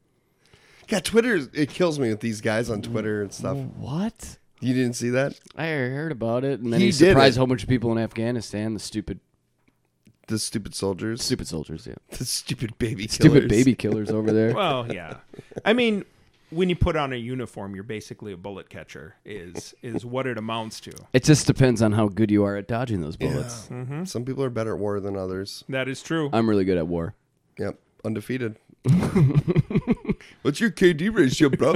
Yeah, Twitter, is- it kills me with these guys on Twitter and stuff.
What?
You didn't see that?
I heard about it, and then
He
he,
did
surprised
it.
a whole bunch of people in Afghanistan. The stupid,
The stupid soldiers.
stupid soldiers. Yeah,
The stupid baby
stupid
killers.
baby killers over there.
well, yeah. I mean, when you put on a uniform, you're basically a bullet catcher. Is is what it amounts to.
It just depends on how good you are at dodging those bullets.
Some people are better at war than others.
That is true.
I'm really good at war.
Yep, undefeated. What's your KD ratio, bro?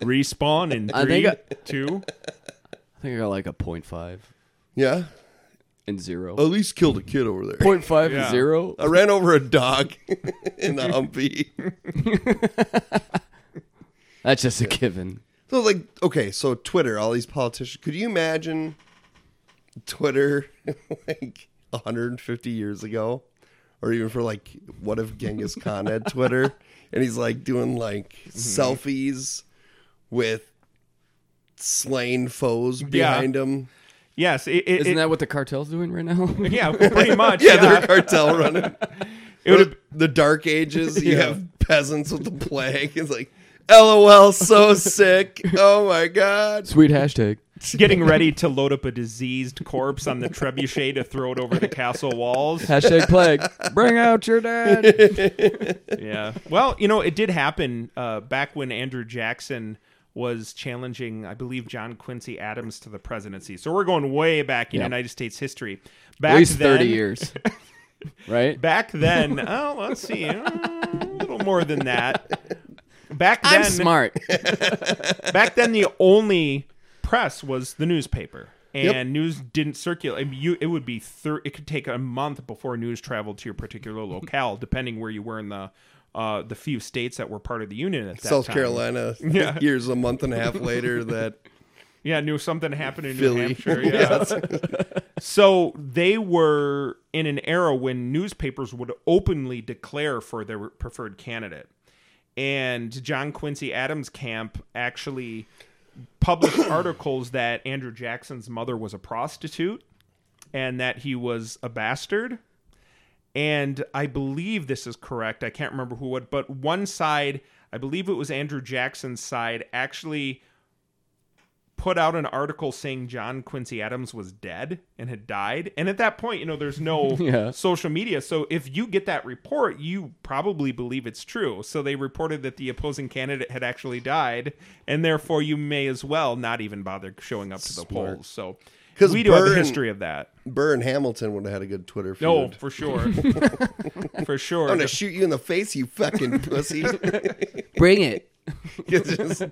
Respawn in
I
three,
think I-
two.
I think I got like a 0.5
yeah,
and 0.
at least killed a kid over there.
0.5
Yeah.
and 0?
I ran over a dog in a Humvee.
That's just a given.
So like, okay, so Twitter, all these politicians. Could you imagine Twitter like 150 years ago, or even for like, what if Genghis Khan had Twitter and he's like doing like selfies with slain foes behind him?
Yes, it, it,
Isn't
it-
that what the cartel's doing right now?
yeah, pretty much.
Yeah,
yeah,
they're a cartel running.
it would
the Dark Ages, you have peasants with the plague. It's like, lol, so sick. Oh my god.
Sweet hashtag.
getting ready to load up a diseased corpse on the trebuchet to throw it over the castle walls.
Hashtag plague. Bring out your dad.
Yeah. Well, you know, it did happen uh, back when Andrew Jackson was challenging, I believe, John Quincy Adams to the presidency. So we're going way back in
Yeah.
United States history. Back
At least 30
then-
years. Right?
Back then, oh, let's see, uh, a little more than that. Back then,
I'm smart.
back then the only press was the newspaper and news didn't circulate I mean, you it would be thir- it could take a month before news traveled to your particular locale depending where you were in the uh, the few states that were part of the union at that
South
time.
Carolina.
Yeah.
Years a month and a half later that
yeah knew something happened in
Philly.
New Hampshire yeah. so they were in an era when newspapers would openly declare for their preferred candidate and John Quincy Adams camp actually published articles that Andrew Jackson's mother was a prostitute and that he was a bastard. And I believe this is correct. I can't remember who would, but one side, I believe it was Andrew Jackson's side, actually put out an article saying John Quincy Adams was dead and had died. And at that point, you know, there's no
Yeah.
social media. So if you get that report, you probably believe it's true. So they reported that the opposing candidate had actually died, and therefore you may as well not even bother showing up to the polls. So
'Cause
we do have a
Byrne-
history of that.
Burr and Hamilton would have had a good Twitter feud.
No, for sure. for sure.
I'm gonna shoot you in the face, you fucking pussy.
Bring it.
You're just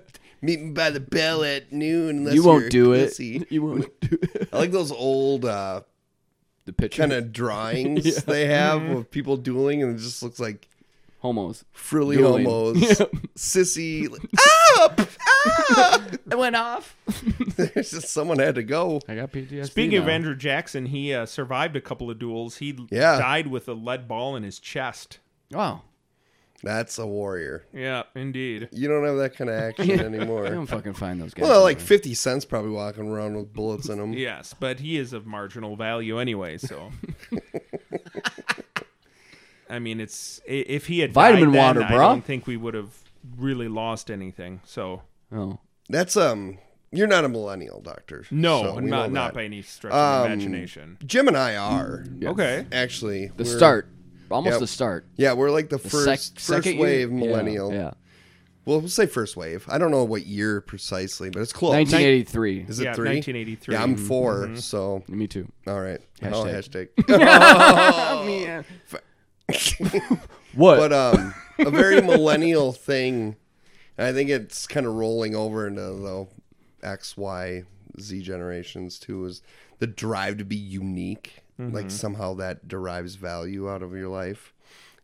meet me by the bell at noon. Unless
You
you're
won't
a
do it.
pussy.
You won't do it.
I like those old uh,
The picture.
kind of drawings they have
Mm-hmm.
of people dueling, and it just looks like
homos.
frilly
Dueling.
homos,
Yep.
sissy. Like, up,
Ah!"
up.
It went off.
There's just someone had to go.
I got PTSD.
Speaking of
now.
Andrew Jackson, he uh, survived a couple of duels. He
Yeah.
died with a lead ball in his chest.
wow,
That's a warrior.
Yeah, indeed.
You don't have that kind of action
I
anymore.
don't fucking find those guys.
Well, like
anywhere.
50 cents probably walking around with bullets in them.
Yes, but he is of marginal value anyway, so. I mean, it's i- if he had
Vitamin
died
water,
then, I
bruh.
don't think we would have really lost anything. So
oh,
That's um. You're not a millennial, doctor.
no,
So we
not
know
not
that.
by any stretch of
Um,
imagination.
Jim and I are
yes.
Okay,
actually
the
we're-
start, almost
Yep.
the start.
Yeah, we're like the,
The
first
sec-
first
second
wave
year?
millennial.
Yeah, yeah.
Well, we'll say first wave. I don't know what year precisely, but it's close.
1983.
Is it
Yeah,
three?
1983.
Yeah, I'm 4 So
Me too.
all right.
Mm-hmm. Hashtag.
Oh, hashtag.
What?
but um, a very millennial thing. I think it's kind of rolling over into the X, Y, Z generations too. Is the drive to be unique? Like somehow that derives value out of your life,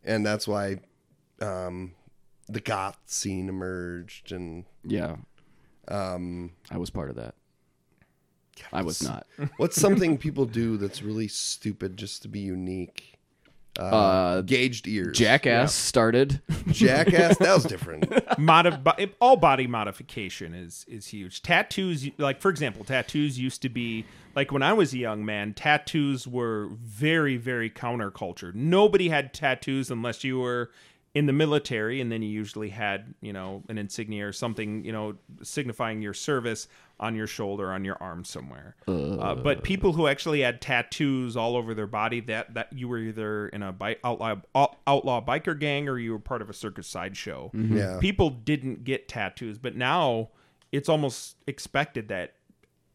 and that's why um, the goth scene emerged. And
yeah,
um,
I was part of that. I was not.
what's something people do that's really stupid just to be unique? Uh,
Uh,
gauged ears,
Jackass started.
jackass. That was different.
Modi- all body modification is is huge. Tattoos, like for example, tattoos used to be like when I was a young man, tattoos were very very counterculture. Nobody had tattoos unless you were in the military, and then you usually had, you know, an insignia or something, you know, signifying your service on your shoulder, on your arm somewhere. Uh, but people who actually had tattoos all over their body, that that you were either in a bi- outlaw out- outlaw biker gang or you were part of a circus sideshow.
Yeah.
People didn't get tattoos, but now it's almost expected that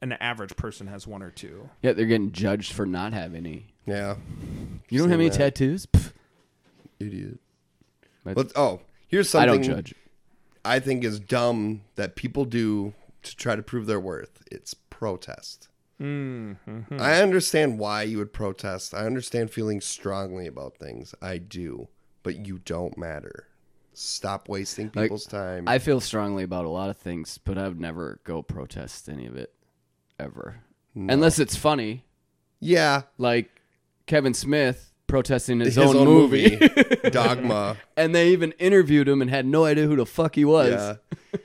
an average person has one or two.
Yeah, they're getting judged for not having any.
Yeah.
You don't have any
that.
tattoos? Pff,
Idiot.
That's-
But oh, here's
I
something
don't judge.
I think is dumb that people do to try to prove their worth. It's protest. I understand why you would protest. I understand feeling strongly about things. I do, but you don't matter. Stop wasting
Like,
people's time.
I feel strongly about a lot of things, but I would never go protest any of it ever. Unless it's funny,
yeah,
like Kevin Smith protesting his,
his
own, movie.
movie. Dogma.
and they even interviewed him and had no idea who the fuck he was.
Yeah.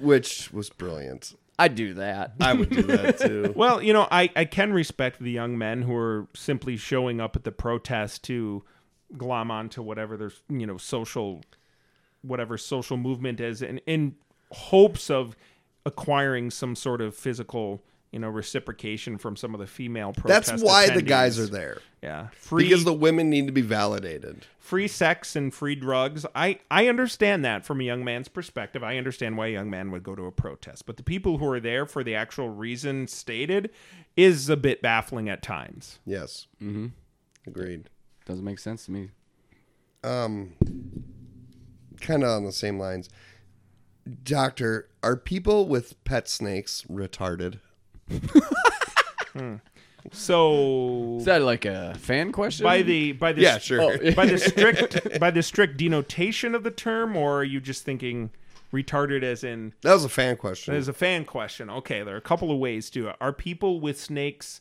Which was brilliant.
I'd do that.
I would do that too.
Well, you know, I, I can respect the young men who are simply showing up at the protest to glom onto whatever their you know social whatever social movement is and in hopes of acquiring some sort of physical you know reciprocation from some of the female protest
That's why the
attendees.
guys are there.
yeah free
Because the women need to be validated.
free sex and free drugs. I, I understand that from a young man's perspective. I understand why a young man would go to a protest. But the people who are there for the actual reason stated is a bit baffling at times.
Yes. Mm-hmm. Agreed.
Doesn't make sense to me.
Kind of on the same lines. Doctor, are people with pet snakes retarded?
So
Is that like a fan question?
by the by the
Yeah, sure.
Oh,
by the strict by the strict denotation of the term, or are you just thinking retarded as in
That was a fan question.
There's a fan question. Okay, there are a couple of ways to it. Are people with snakes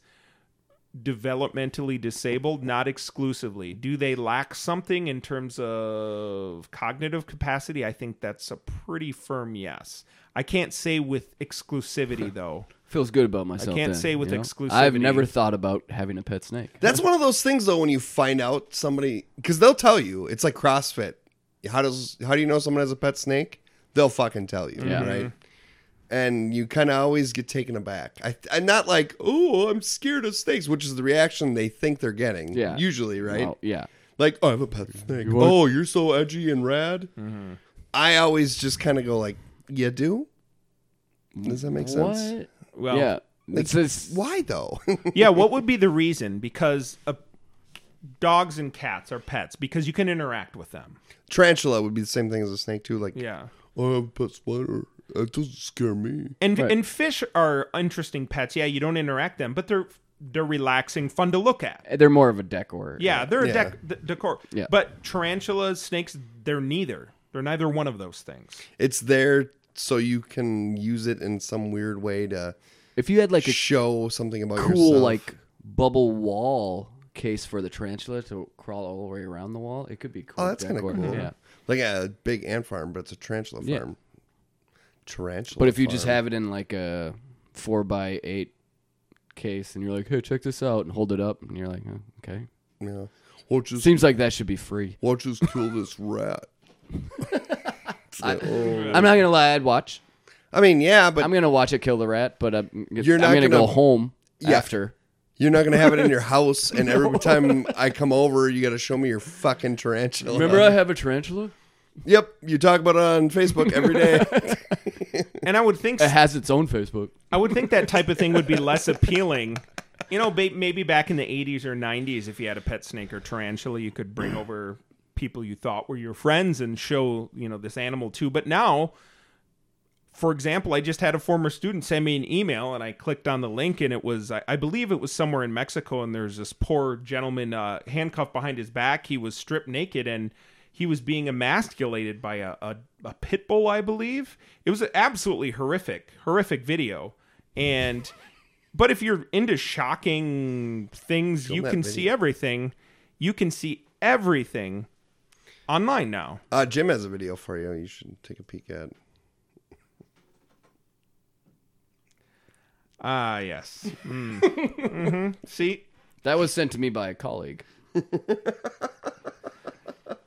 developmentally disabled? Not exclusively. Do they lack something in terms of cognitive capacity? I think that's a pretty firm yes. I can't say with exclusivity though.
feels good about myself.
can't
then,
say with
you know? I've
exclusivity.
never thought about having a pet snake.
That's one of those things though when you find out somebody because they'll tell you it's like CrossFit. How does how do you know someone has a pet snake? They'll fucking tell you,
Yeah.
right? And you kind of always get taken aback. I, I'm not like, oh, I'm scared of snakes, which is the reaction they think they're getting.
Yeah.
usually, right?
Well, yeah.
Like, oh, I have a pet snake. oh, you're so edgy and rad.
Mm-hmm.
I always just kind of go like, you do. Does that make sense?
What?
Well,
yeah. It's this,
Why though?
yeah, what would be the reason? Because uh dogs and cats are pets because you can interact with them.
Tarantula would be the same thing as a snake too. Like,
Yeah.
I have a pet spider. It doesn't scare me.
And
Right.
and fish are interesting pets. Yeah, you don't interact them, but they're they're relaxing, fun to look at.
they're more of a decor.
Yeah, they're
Yeah.
a dec- d- decor.
Yeah.
But tarantulas, snakes, they're neither. They're neither one of those things.
It's there so you can use it in some weird way to
If you had like a
show something about
cool
yourself.
like bubble wall case for the tarantula to crawl all the way around the wall, it could be cool.
oh, that's kind of
decor.
cool.
Yeah.
Like a big ant farm, but it's a tarantula
Yeah.
farm. Tarantula.
But if you just
farm.
have it in like a four by eight case and you're like, hey, check this out, and hold it up, and you're like, oh, okay.
yeah. watch this,
Seems like that should be free.
watch us kill this rat. It's like, oh.
I'm not gonna lie, I'd watch.
I mean, yeah, but
I'm gonna watch it kill the rat, but I'm,
You're
I'm
not
gonna, go
gonna-
home
Yeah.
after.
you're not gonna have it in your house, and every time I come over, you got to show me your fucking tarantula.
Remember, I have a tarantula.
Yep, you talk about it on Facebook every day.
And I would think
It has its own Facebook.
I would think that type of thing would be less appealing. You know, ba- maybe back in the 80s or 90s if you had a pet snake or tarantula, you could bring over people you thought were your friends and show, you know, this animal too. But now, for example, I just had a former student send me an email, and I clicked on the link, and it was, I, I believe it was somewhere in Mexico, and there's this poor gentleman uh, handcuffed behind his back. He was stripped naked, and he was being emasculated by a, a, a pit bull, I believe. It was absolutely horrific, horrific video. And, but if you're into shocking things, you
that
can
video.
see everything. You can see everything online now.
Uh, Jim has a video for you. You should take a peek at.
Ah, yes. Mm. Mhm. See,
That was sent to me by a colleague.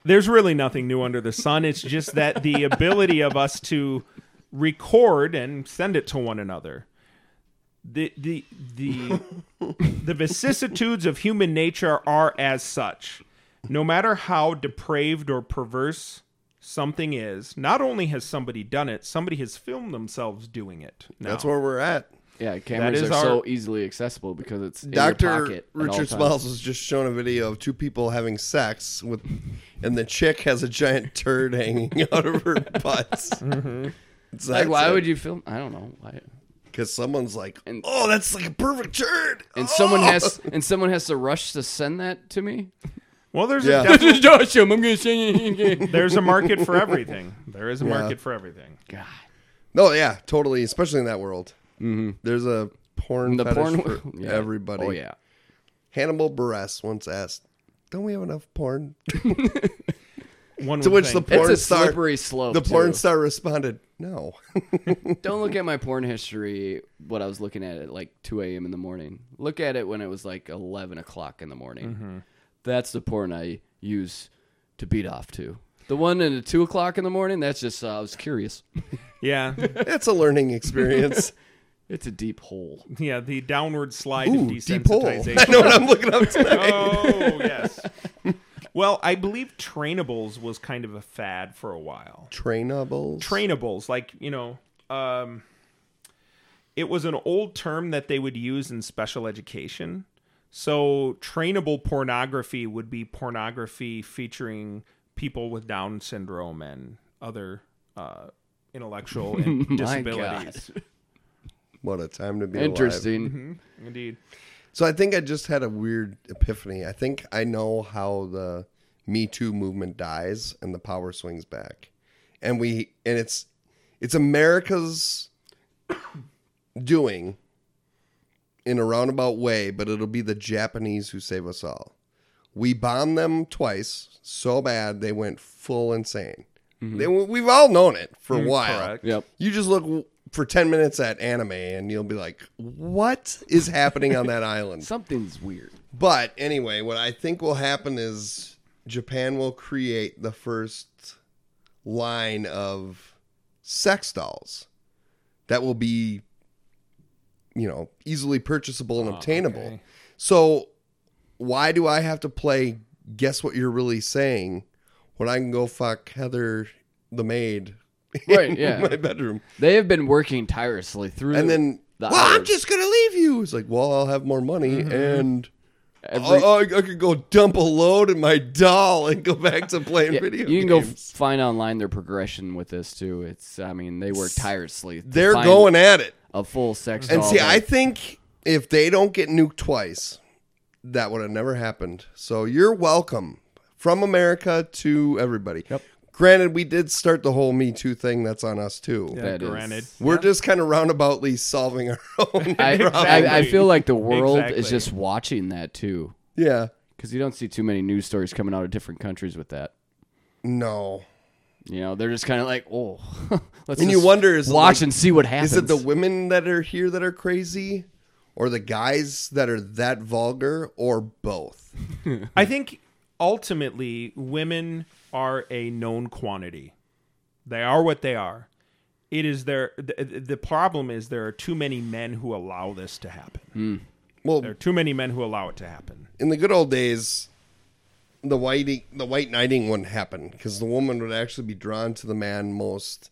There's really nothing new under the sun. It's just that the ability of us to record and send it to one another. The the the the vicissitudes of human nature are as such. No matter how depraved or perverse something is, not only has somebody done it, somebody has filmed themselves doing it. now.
That's where we're at.
Yeah, cameras
is
are so
our-
easily accessible because it's in your
Doctor
pocket at all
Richard
times.
Smiles was just shown a video of two people having sex with, and the chick has a giant turd hanging out of her butt. It's
Mm-hmm. Like, why would you film? I don't know. Why?
Because someone's like,
And-
"Oh, that's like a perfect turd,"
And someone
Oh!
has and someone has to rush to send that to me.
Well, there's
Yeah.
a definite,
is Joshua. I'm gonna send you again.
there's a market for everything. There is a market for everything.
God,
No, yeah, totally. Especially in that world, mm-hmm. there's a porn
the
fetish
porn.
for
yeah.
everybody.
Oh yeah.
Hannibal Buress once asked, "Don't we have enough porn?"
One
To
would
which the
think.
porn
it's a
star,
slippery slope.
the porn
too.
star responded, "No."
Don't look at my porn history. What I was looking at at like 2 a.m. in the morning. Look at it when it was like 11 o'clock in the morning.
Mm-hmm.
That's the porn I use to beat off to. The one in the two o'clock in the morning. That's just uh, I was curious.
yeah,
it's a learning experience.
It's a deep hole.
yeah, the downward slide of
Ooh, deep hole.
desensitization.
I know what I'm looking up tonight.
Oh yes. Well, I believe trainables was kind of a fad for a while.
Trainables.
Trainables, like you know, um, it was an old term that they would use in special education. So trainable pornography would be pornography featuring people with Down syndrome and other uh, intellectual and
My
disabilities.
What a time to be alive. Mm-hmm.
Interesting.
Indeed.
So I think I just had a weird epiphany. I think I know how the Me Too movement dies and the power swings back. And we and it's it's America's doing in a roundabout way, but it'll be the Japanese who save us all. We bombed them twice so bad they went full insane. They, we've all known it for a while.
correct.
Yep.
You just look w- for 10 minutes at anime and you'll be like, what is happening on that island?
Something's weird.
But anyway, what I think will happen is Japan will create the first line of sex dolls that will be, you know, easily purchasable
Oh,
and obtainable.
okay.
So why do I have to play guess what you're really saying when I can go fuck Heather the maid
Right,
in
yeah.
my bedroom?
They have been working tirelessly through.
and then
the
well, I'm
hours. Mm-hmm.
just gonna leave you. It's like, well, I'll have more money and
Every-
Oh, I, I, I could go dump a load in my doll and go back to playing
Yeah,
video.
you can go
games.
find online their progression with this too. It's I mean they work tirelessly. to
They're
find Oh,
going at it.
a full sex
And
doll
see,
that-
I think if they don't get nuked twice, that would have never happened. So you're welcome from America to everybody. Yep. Granted, we did start the whole Me Too thing. That's on us too.
Yeah,
That is-
granted.
We're just kind of roundaboutly solving our own.
I,
Exactly.
I, I feel like the world is
Exactly.
just watching that too
yeah.
because you don't see too many news stories coming out of different countries with that.
No.
You know, they're just kind of like, oh, let's
And you
just
wonder, is it
watch
like-
and see what happens.
Is it the women that are here that are crazy, or the guys that are that vulgar, or both?
I think ultimately women are a known quantity. They are what they are. It is their the, the problem is there are too many men who allow this to happen.
Hmm.
Well,
There are too many men who allow it to happen.
in the good old days, the white the white knighting wouldn't happen because the woman would actually be drawn to the man most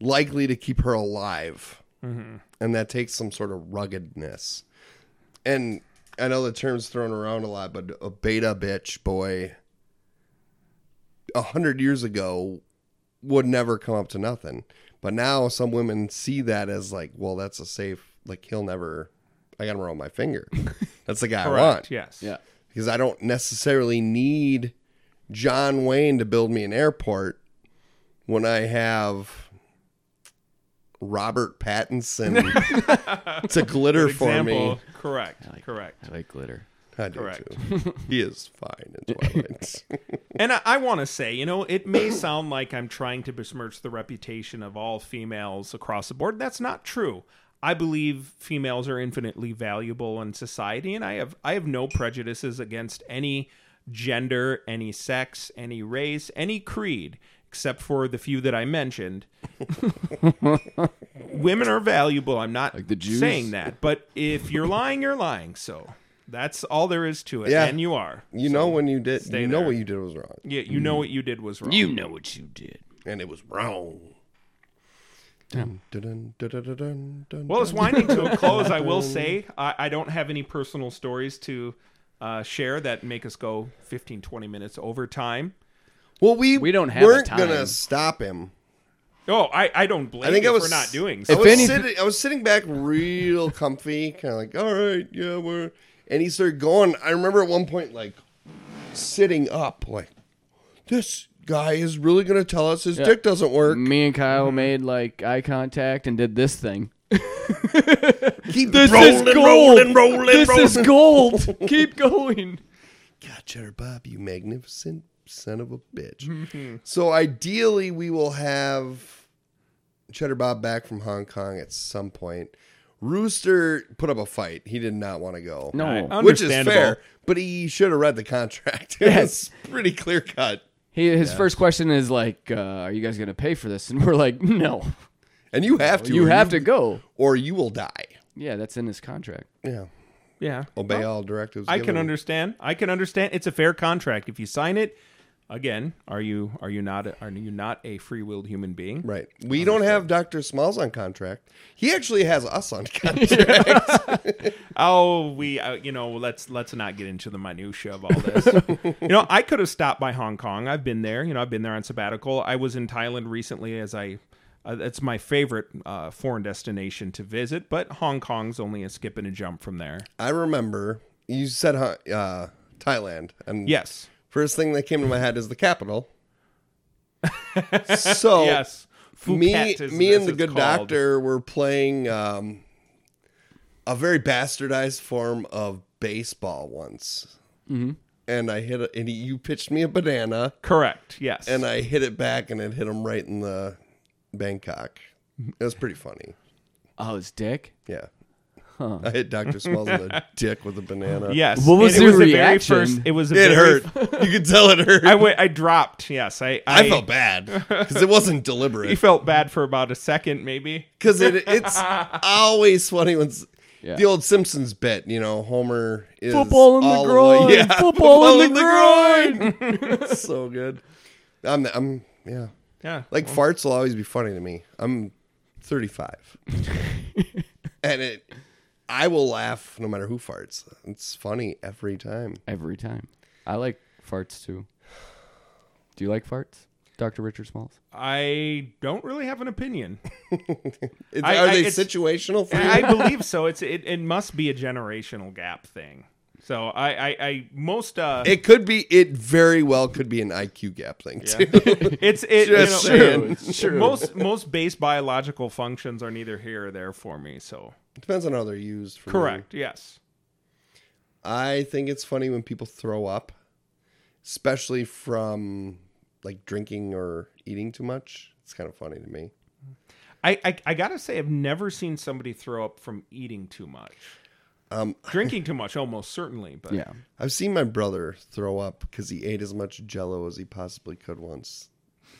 likely to keep her alive, and that takes some sort of ruggedness. And I know the term's thrown around a lot, but a beta bitch boy a hundred years ago would never come up to nothing. But now some women see that as like, well, that's a safe. Like he'll never. I got him around my finger. That's the guy I want
Yes.
Yeah.
because I don't necessarily need John Wayne to build me an airport when I have Robert Pattinson to glitter
For
for
example,
me.
correct. correct.
I like glitter.
I do
Correct.
too. He is fine in Twilight.
And I, I want to say, you know, it may sound like I'm trying to besmirch the reputation of all females across the board. That's not true. I believe females are infinitely valuable in society, and I have I have no prejudices against any gender, any sex, any race, any creed, except for the few that I mentioned. Women are valuable. I'm not
Like the Jews?
saying that, but if you're lying, you're lying. So that's all there is to it.
Yeah.
And you are.
You know when you did.
stay
You know
there.
what you did was wrong,
Yeah, you know what you did was wrong.
Mm. You know what you did.
and it was wrong. Dun, dun, dun, dun, dun, dun,
Well,
dun.
it's winding to a close. I will say I, I don't have any personal stories to uh, share that make us go 15, 20 minutes over time.
well, we
We don't have a
weren't
time.
gonna stop him.
Oh, I, I don't blame
I think
you
I was
for not doing
I
so.
If
was
any-
sitting, I was sitting back, real comfy, kind of like, all right, yeah, we're. And he started going. I remember at one point, like sitting up, like this guy is really going to tell us his dick doesn't work.
Me and Kyle made like eye contact and did this thing.
Keep
Mm. This
rolling,
is gold.
rolling, rolling,
this
rolling.
is gold. Keep going.
God, Cheddar Bob, you magnificent son of a bitch. so ideally, we will have Cheddar Bob back from Hong Kong at some point. Rooster put up a fight. He did not want to go.
No.
I- um,
which is
Understandable.
fair, but he should have read the contract. it's pretty clear cut.
He, his first question is like, uh, "Are you guys gonna pay for this?" And we're like, "No,
And you have to.
you
or
have to go."
or you will die.
Yeah, that's in his contract.
Yeah,
Yeah.
Oh,
obey all directives.
I can
given.
understand. I can understand. It's a fair contract. If you sign it, again, are you are you not are you not a free-willed human being?
Right, we don't have Doctor Smalls on contract. He actually has us on contract.
Oh, we uh, you know, let's let's not get into the minutia of all this. you know, I could have stopped by Hong Kong. I've been there. You know, I've been there on sabbatical. I was in Thailand recently as I uh, it's my favorite uh, foreign destination to visit, but Hong Kong's only a skip and a jump from there.
I remember you said huh, uh, Thailand, and
Yes.
first thing that came to my head is the capital. so
Yes.
me,
Phuket is-
me, and
as
the
it's
good
called.
doctor were playing um, a very bastardized form of baseball once, mm-hmm. and I hit a, and he, you pitched me a banana,
Correct. Yes.
and I hit it back, and it hit him right in the Bangkok.
Mm-hmm.
It was pretty funny.
Oh, his dick.
Yeah, I hit Doctor Smalls in the dick with a banana.
Yes.
What was
it,
your
was the
reaction?
Very first, it was. a
it
very-
hurt. you could tell it hurt.
I
I,
went. I dropped. Yes. I. I,
felt bad because it wasn't deliberate.
He felt bad for about a second, maybe.
because it it's always funny when s-
Yeah.
the old Simpsons bit, you know, Homer is
Football in the
all
groin,
Yeah,
football in the
groin. It's so good. I'm I'm yeah.
Yeah.
Like farts will always be funny to me. I'm 35, and it I will laugh no matter who farts. It's funny every time.
Every time. I like farts too. Do you like farts, Doctor Richard Smalls?
I don't really have an opinion.
It's,
I-
are
I-
they
it's-
situational for you?
I believe so. It's it, it must be a generational gap thing. So I I, I most uh
it could be. It very well could be an IQ gap thing too.
it's it you
Just
know,
saying.
most most base biological functions are neither here or there for me. So
Depends on how they're used. For me.
correct. Yes.
I think it's funny when people throw up, especially from like drinking or eating too much. It's kind of funny to me.
I, I, I gotta say I've never seen somebody throw up from eating too much.
Um,
Drinking too much, almost certainly, but
Yeah.
I've seen my brother throw up because he ate as much jello as he possibly could once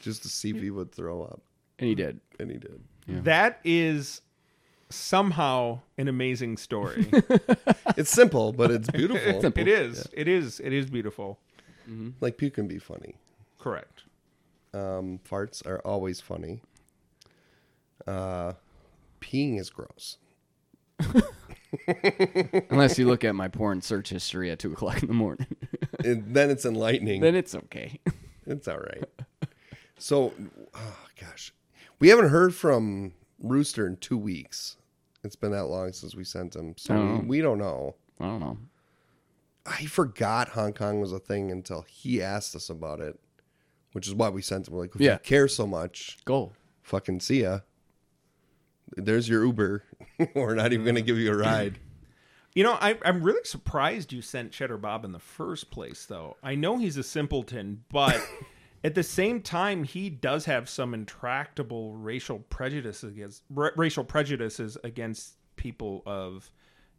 just to see if he would throw up.
And he did.
And he did.
that is somehow an amazing story.
It's simple, but it's beautiful.
It is. It is. It is beautiful.
Like puke can be funny.
Correct.
Um, farts are always funny. Uh, peeing is gross.
Unless you look at my porn search history at two o'clock in the morning,
And then it's enlightening.
then it's okay.
It's all right. So, oh gosh, we haven't heard from Rooster in two weeks. It's been that long since we sent him, so
Oh.
we, we don't know.
I don't know.
I forgot Hong Kong was a thing until he asked us about it, which is why we sent him. Like, if
Yeah.
you care so much,
Go.
fucking see ya. There's your Uber. We're not even gonna give you a ride.
You know, I, I'm really surprised you sent Cheddar Bob in the first place, though. I know he's a simpleton, but at the same time, he does have some intractable racial prejudices against ra- racial prejudices against people of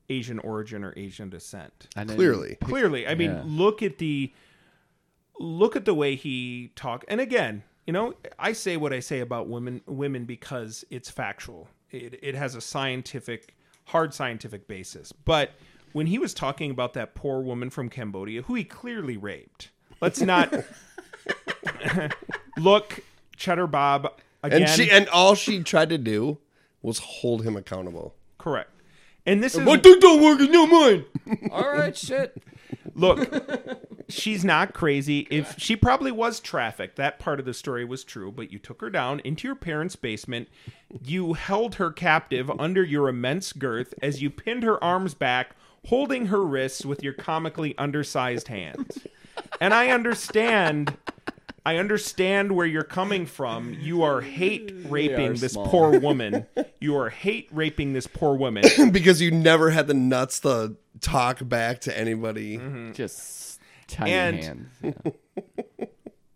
Asian origin or Asian descent.
I didn't-
Clearly,
Clearly, I mean,
Yeah.
look at the look at the way he talk and again you know i say what i say about women women because it's factual it, it has a scientific hard scientific basis but when he was talking about that poor woman from cambodia who he clearly raped let's not look cheddar bob again
And she and all she tried to do was hold him accountable.
correct and this is
dick don't work is no mine.
All right, shit.
Look, she's not crazy. If she probably was trafficked, that part of the story was true, but you took her down into your parents' basement. You held her captive under your immense girth as you pinned her arms back, holding her wrists with your comically undersized hands. And I understand I understand where you're coming from. You are hate raping this
small.
poor woman. You are hate raping this poor woman.
because you never had the nuts to talk back to anybody.
Mm-hmm.
Just tiny
Mm. And-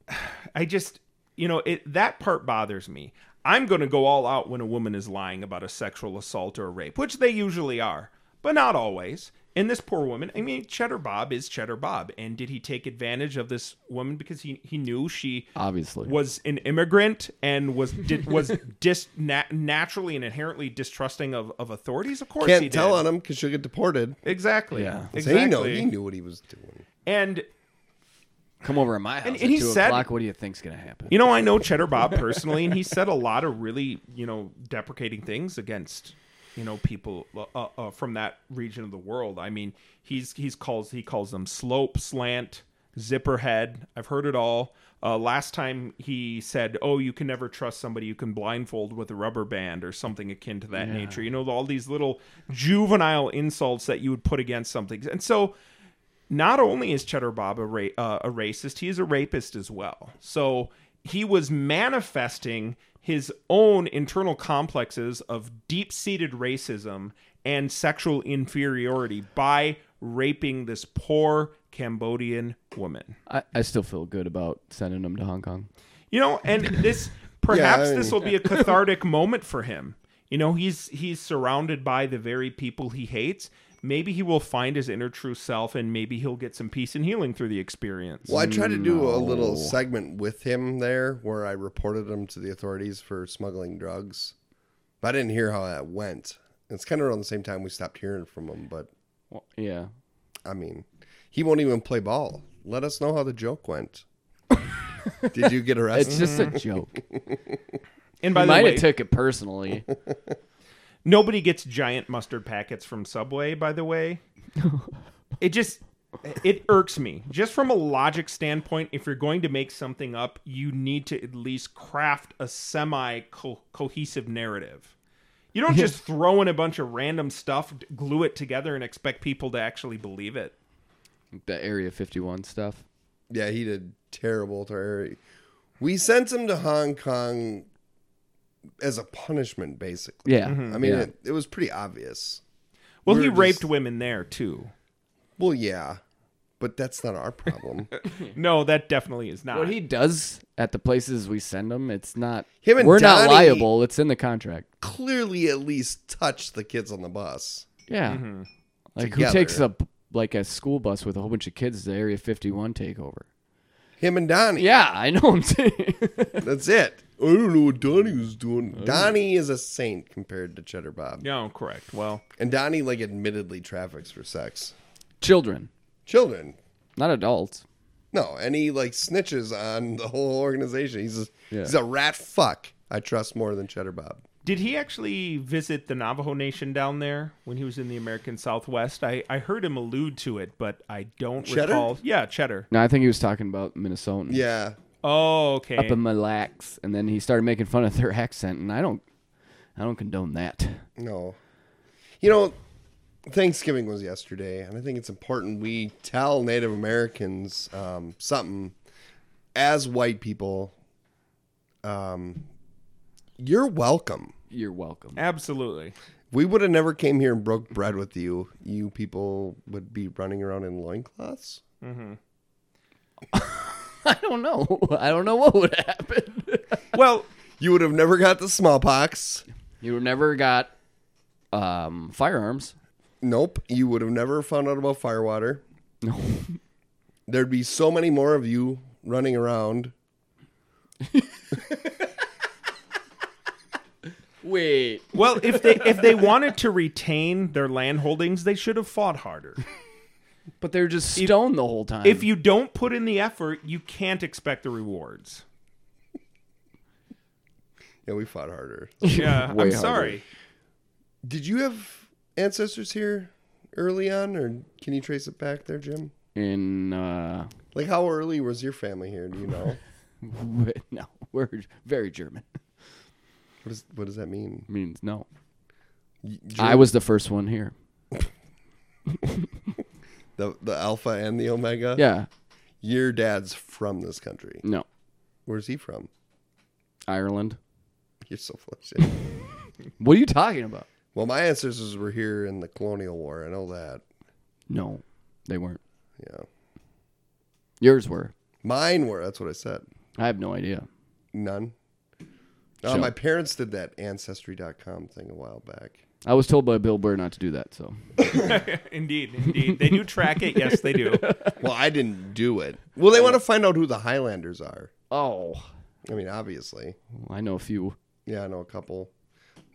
hands.
I just, you know, it that part bothers me. I'm going to go all out when a woman is lying about a sexual assault or a rape, which they usually are, but not always. And this poor woman, I mean, Cheddar Bob is Cheddar Bob. And did he take advantage of this woman because he, he knew she
Obviously.
was an immigrant and was did, was dis, na- naturally and inherently distrusting of, of authorities? Of course he
Can't tell
did.
on him because she'll get deported.
Exactly.
Yeah.
Exactly.
So he know he knew what he was doing.
And
Come over to my house
And-
at
and he
two
said-
o'clock. What do you think's gonna happen?
You know, I know Cheddar Bob personally, and he said a lot of really, you know, deprecating things against, you know, people uh, uh, from that region of the world. I mean, he's he's calls he calls them slope, slant, zipper head. I've heard it all. Uh, last time he said, "Oh, you can never trust somebody you can blindfold with a rubber band or something akin to that nature." You know, all these little juvenile insults that you would put against something, and so not only is Cheddar Bob a, ra- uh, a racist, he is a rapist as well. So he was manifesting his own internal complexes of deep seated racism and sexual inferiority by raping this poor Cambodian woman.
I, I still feel good about sending them to Hong Kong.
You know, and this perhaps
I
this will be a cathartic moment for him. You know, he's he's surrounded by the very people he hates. Maybe he will find his inner true self and maybe he'll get some peace and healing through the experience.
Well, I tried to do a little
No.
segment with him there where I reported him to the authorities for smuggling drugs. But I didn't hear how that went. It's kind of around the same time we stopped hearing from him, but
Well, yeah.
I mean, he won't even play ball. Let us know how the joke went. Did you get arrested?
It's just a joke.
And Mm-hmm. by
He
the
might
way,
have took it personally.
nobody gets giant mustard packets from Subway. By the way, it just it irks me. Just from a logic standpoint, if you're going to make something up, you need to at least craft a semi cohesive narrative. You don't just throw in a bunch of random stuff, d- glue it together, and expect people to actually believe it.
the Area 51 stuff.
Yeah, he did terrible to Harry. We sent him to Hong Kong as a punishment, basically.
Yeah.
I mean,
yeah.
it, it was pretty obvious.
Well,
We're
he
just-
raped women there too.
Well, yeah, but that's not our problem.
No, that definitely is not.
Ah.
what he does at the places we send him, it's not.
Him and
we're not
Donnie-
liable. It's in the contract.
Clearly, at least touched the kids on the bus.
Yeah. Like
Mm-hmm. Together.
who takes a like a school bus with a whole bunch of kids to Area 51 takeover?
Him and Donnie.
Yeah, I know. I'm saying.
That's it. I don't know what Donnie was
Oh.
doing. Donnie is a saint compared to Cheddar Bob.
no, correct. Well,
And Donnie, like, admittedly traffics for sex.
Children,
Children.
not adults.
No, and he, like, snitches on the whole organization. He's a,
Yeah.
he's a rat fuck I trust more than Cheddar Bob.
Did he actually visit the Navajo Nation down there when he was in the American Southwest? I, I heard him allude to it, but I don't
Cheddar?
recall. Yeah, Cheddar.
No, I think he was talking about Minnesotans.
Yeah.
Oh, okay.
Up in Mille Lacs, and then he started making fun of their accent, and I don't, I don't condone that.
No. You know, Thanksgiving was yesterday, and I think it's important we tell Native Americans um, something as white people. Um, you're welcome.
You're welcome.
Absolutely.
We would have never came here and broke bread with you. You people would be running around in loincloths.
I don't know. I don't know what would happen.
Well,
You would have never got the smallpox.
You never got um, firearms.
Nope. You would have never found out about firewater.
No.
There'd be so many more of you running around.
Wait.
Well, if they if they wanted to retain their land holdings, they should have fought harder.
But they're just stoned the whole time.
If you don't put in the effort, you can't expect the rewards.
Yeah, we fought harder.
Yeah,
Way
I'm
harder.
sorry.
Did you have ancestors here early on, or can you trace it back there, Jim?
in uh
Like, how early was your family here? Do you know?
w- no, we're very German.
what, is, what does that mean?
Means no.
Y-
I
Jim,
was the first one here.
the the alpha and the omega.
Yeah.
Your dad's from this country.
No.
Where's he from?
Ireland.
You're so full of shit.
What are you talking about?
well, my ancestors were here in the Colonial War. I know that.
No, they weren't.
Yeah,
Yours were.
mine were. That's what I said.
I have no idea.
None. Uh,
Sure.
My parents did that Ancestry.com thing a while back.
I was told by Bill Burr not to do that, so
indeed, indeed. They do track it. Yes, they do.
Well, I didn't do it. Well, they want to find out who the Highlanders are.
Oh.
I mean, obviously.
I know a few.
Yeah, I know a couple.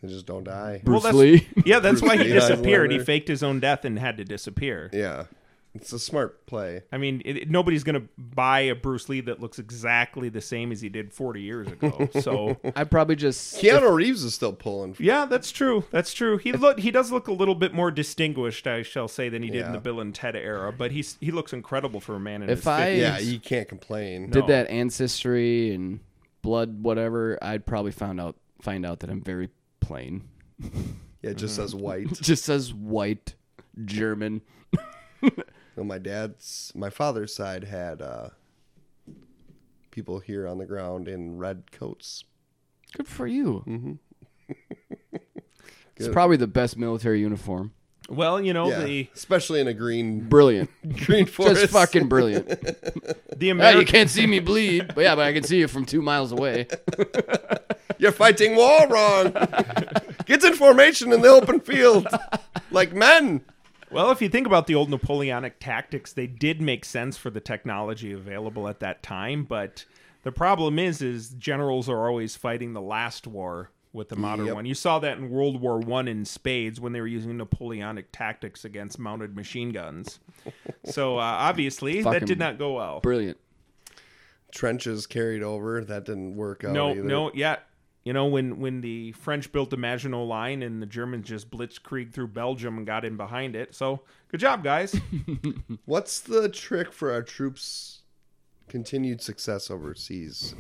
They just don't die.
Bruce
that's-
Lee.
Yeah, that's why he
Bruce Lee, Eyes
disappeared. He
Leonard.
faked his own death and had to disappear.
Yeah, it's a smart play.
I mean, it, it- nobody's going to buy a Bruce Lee that looks exactly the same as he did 40 years ago. So,
I probably just
Keanu Reeves is still pulling.
yeah, that's true. That's true. He look he does look a little bit more distinguished, I shall say, than he did in
Yeah.
the Bill and Ted era, but he's he looks incredible for a man in
If
his
I-
50s.
Yeah, you can't complain.
No.
did that ancestry and blood whatever, I'd probably found out find out that I'm very plain.
Yeah, it just
Mm-hmm.
says white.
Just says white German.
Well, my dad's, my father's side had uh, people here on the ground in red coats.
Good for you. Mm-hmm. it's probably the best military uniform.
Well, you know,
Yeah,
the
especially in a green
Brilliant.
green forest.
Just fucking brilliant.
the
Yeah, you
American
can't see me bleed, but yeah, but I can see you from two miles away.
You're fighting war wrong. Get in formation in the open field, like men.
Well, if you think about the old Napoleonic tactics, they did make sense for the technology available at that time, but the problem is is generals are always fighting the last war with the modern
Yep.
one. You saw that in World War 1 in spades when they were using Napoleonic tactics against mounted machine guns. So, uh, obviously, that
Fucking
did not go well.
Brilliant.
Trenches carried over. That didn't work out.
No,
either.
no, yeah. You know, when, when the French built the Maginot Line and the Germans just blitzkrieg through Belgium and got in behind it. So, good job, guys.
What's the trick for our troops' continued success overseas?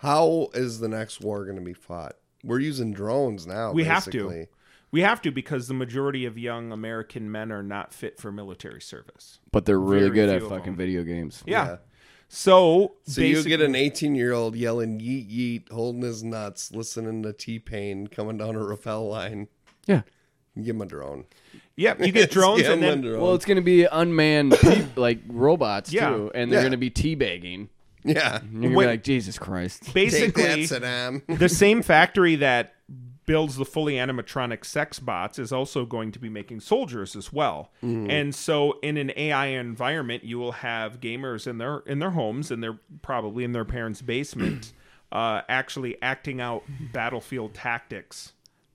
How is the next war going to be fought? We're using drones now.
We have to.
basically.
We have to because the majority of young American men are not fit for military service.
But they're really
Very
good
few
at
of
fucking
them.
video games.
Yeah.
Yeah.
So,
So you get an 18 year old yelling yeet yeet, holding his nuts, listening to T Pain coming down a rappel line.
Yeah.
You give him a drone.
yep, you get drones
Give
and
him a
then
drone.
Well, it's gonna be unmanned pe- like robots
Yeah.
too, and they're
Yeah.
gonna be teabagging.
yeah.
And you're gonna
Wait.
be like Jesus Christ.
Take that,
basically
Saddam.
the same factory that builds the fully animatronic sex bots is also going to be making soldiers as well.
Mm-hmm.
And so in an AI environment, you will have gamers in their in their homes and they're probably in their parents' basement uh, actually acting out battlefield tactics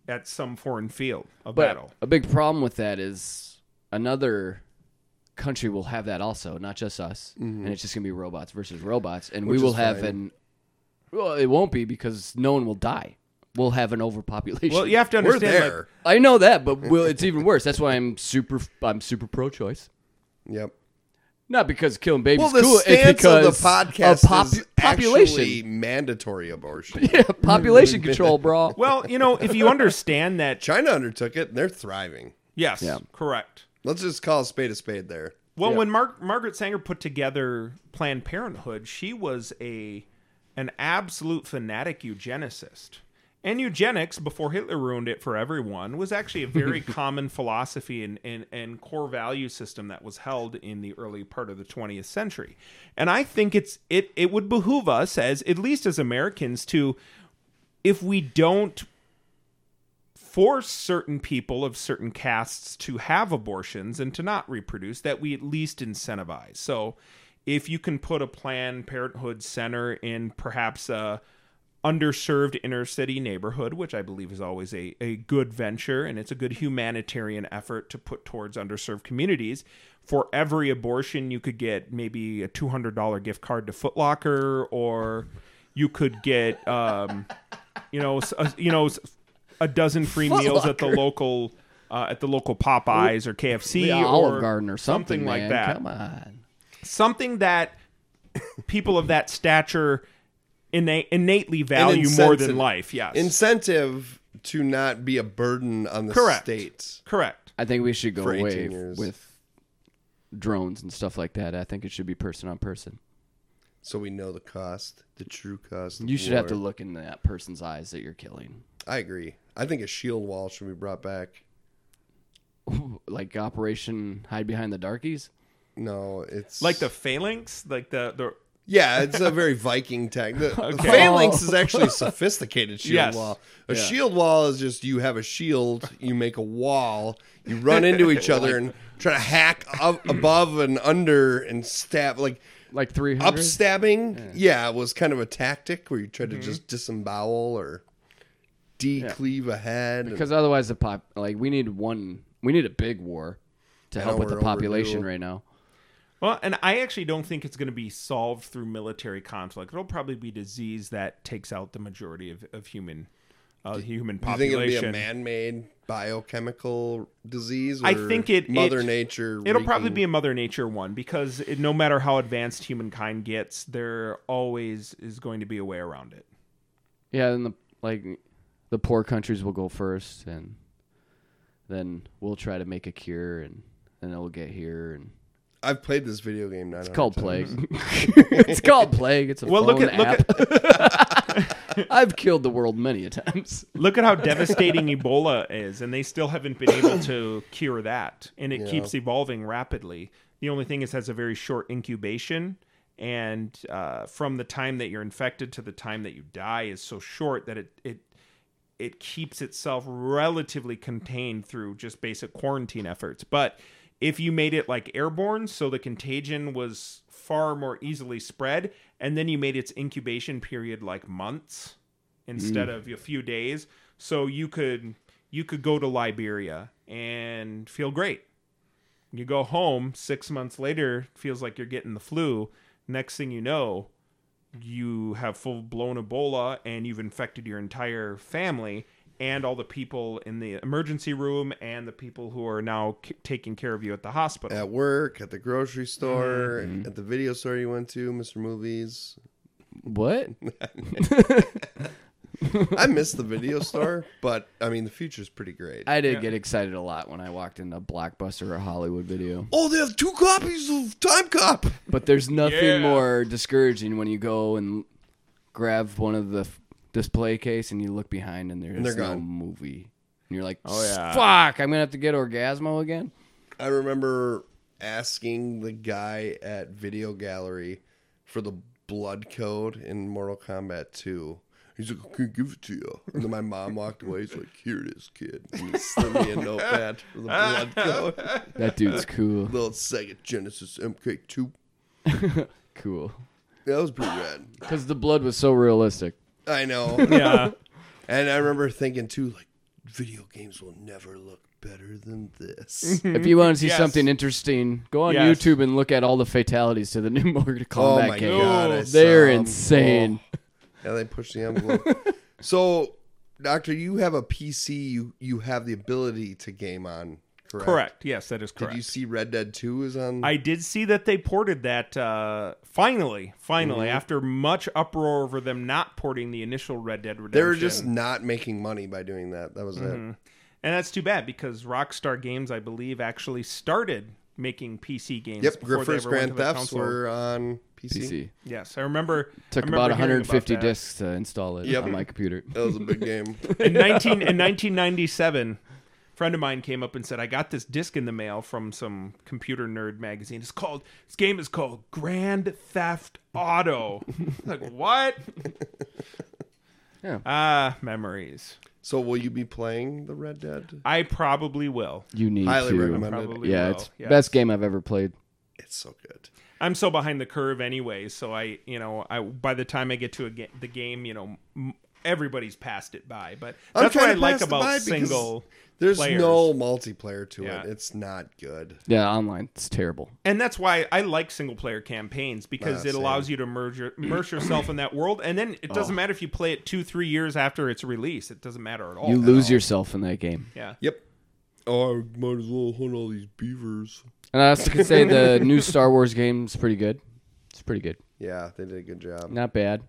at some foreign field of
But
battle.
a big problem with that is another country will have that also, not just us, and it's just gonna be robots versus robots, and
Mm-hmm. Which
we will
is
have
fine.
an. Well, it won't be because no one will die. We'll have an overpopulation.
Well, you have to
We're
understand like,
there.
I know that, but well, it's even worse. That's why I'm super. I'm super pro-choice.
Yep.
Not because killing babies
Well,
is
the
cool. It's
stance
because
of the podcast
a pop-
is
population,
actually mandatory abortion.
yeah, population control, bro.
Well, you know, if you understand that,
China undertook it, and they're thriving.
yes,
Yeah.
correct.
Let's just call a spade a spade there.
Well, when Mar- Margaret Sanger put together Planned Parenthood, she was a an absolute fanatic eugenicist. And eugenics, before Hitler ruined it for everyone, was actually a very common philosophy and, and, and core value system that was held in the early part of the 20th century. And I think it's it it would behoove us as at least as Americans to if we don't force certain people of certain castes to have abortions and to not reproduce that we at least incentivize. So if you can put a Planned Parenthood center in perhaps a underserved inner city neighborhood, which I believe is always a, a good venture and it's a good humanitarian effort to put towards underserved communities. For every abortion, you could get maybe a $200 gift card to Foot Locker, or you could get, um, you know, s- a, you know, s- a dozen free
Foot
meals at the
Locker.
local uh, at the local Popeyes or KFC
The
or
Olive Garden or something,
something like
man.
that
Come on.
something that people of that stature innate, innately value more
insensitive-
than life. Yes,
Incentive to not be a burden on the
Correct.
state.
correct.
I think we should go
For 18
away
years.
with drones and stuff like that. I think it should be person on person.
So we know the cost, the true cost. of
You should have to
war.
look in that person's eyes that you're killing.
I agree. I think a shield wall should be brought back.
like Operation Hide Behind the Darkies.
No, it's
Like the phalanx, like the the
yeah, it's a very Viking tech. The, the
Okay. Oh.
phalanx is actually a sophisticated shield
Yes.
wall. A
Yeah.
shield wall is just you have a shield, you make a wall, you run into each other and try to hack up, above and under and stab like
Like 300.
up stabbing. Yeah. was kind of a tactic where you tried
Mm-hmm.
to just disembowel or decleave a head. and-
Because otherwise, the pop like we need one. We need a big war to
I
help
know
with the
we're
population
overdue.
right now.
well, and I actually don't think it's going to be solved through military conflict. It'll probably be disease that takes out the majority of of human uh, human
Do you think
population.
it'll be a man-made biochemical disease?
I
or
think it-
Mother
it-
Nature.
It'll probably
wreaking-
be a Mother Nature one because it, no matter how advanced humankind gets, there always is going to be a way around it.
Yeah, then the like the poor countries will go first, and then we'll try to make a cure, and then it'll get here. And
I've played this video game. It's
it's called plague. it's called plague. It's a
Well, look
phone
at- look
app. I've killed the world many a times.
Look at how devastating Ebola is, and they still haven't been able to cure that. And it keeps evolving rapidly. The only thing is, it has a very short incubation, and uh, from the time that you're infected to the time that you die is so short that it it it keeps itself relatively contained through just basic quarantine efforts. But if you made it like airborne, so the contagion was far more easily spread, and then you made its incubation period like months instead of a few days, so you could you could go to Liberia and feel great. You go home six months later, feels like you're getting the flu. Next thing you know, you have full blown Ebola and you've infected your entire family and all the people in the emergency room and the people who are now c- taking care of you at the hospital.
at work, at the grocery store, at the video store you went to, Mr. Movies.
What?
I miss the video store, but I mean the future's pretty great.
I did get excited a lot when I walked into Blockbuster or Hollywood Video.
oh, they have two copies of Time Cop.
But there's nothing
Yeah.
more discouraging when you go and grab one of the f- display case and you look behind and there's
they're
no
gone.
movie. And you're like,
Oh, yeah.
fuck, I'm going to have to get Orgasmo again?
I remember asking the guy at Video Gallery for the blood code in Mortal Kombat 2. He's like, I can't give it to you. And then my mom walked away. He's like, here it is, kid. And he sent me a notepad for the blood code.
That dude's cool.
Little Sega Genesis MK2.
Cool.
That was pretty rad.
Because the blood was so realistic.
I know.
Yeah.
And I remember thinking, too, like, video games will never look better than this.
If you want to see
Yes.
something interesting, go on
Yes.
YouTube and look at all the fatalities to the new Mortal
Oh
Kombat
my
game. Oh,
god, I
Ooh,
saw
They're
'em.
insane.
Yeah, they push the envelope. so, Doctor, you have a PC. You you have the ability to game on. Correct.
correct. Yes, that is
Did
correct.
you see Red Dead Two is on?
I did see that they ported that uh, finally, finally,
Mm-hmm.
after much uproar over them not porting the initial Red Dead Redemption.
they were just not making money by doing that. That was
Mm-hmm.
it.
and that's too bad because Rockstar Games, I believe, actually started making PC games.
Yep.
before
Your
they
first
ever went
Grand
to the
Thefts
console.
were on PC.
PC.
Yes, I remember.
Took
I
about
remember hearing
150
about that.
discs to install it
Yep.
on my computer.
That was a big game.
in 19 in 1997 a friend of mine came up and said i got this disc in the mail from some computer nerd magazine it's called this game is called grand theft auto like what
Yeah.
ah memories
so, will you be playing the Red Dead?
i probably will
You need
Highly
to.
recommend it.
probably
Yeah,
will.
it's
Yes.
best game I've ever played.
It's so good.
I'm so behind the curve anyway. So I, you know, I by the time I get to a ga- the game, you know, m- everybody's passed it by. But
I'm
that's what
trying
I
to
like
pass it by
about
because
single.
There's
players.
no multiplayer to
Yeah.
it. It's not good.
Yeah, online it's terrible.
and that's why I like single player campaigns because
Ah,
it allows you to merge your, immerse yourself in that world, and then it
Oh.
doesn't matter if you play it two, three years after its release; it doesn't matter Oh, at all.
You lose yourself in that game.
yeah.
Yep. Oh, I might as well hunt all these beavers.
And I also can say the new Star Wars game's pretty good. It's pretty good.
Yeah, they did a good job.
Not bad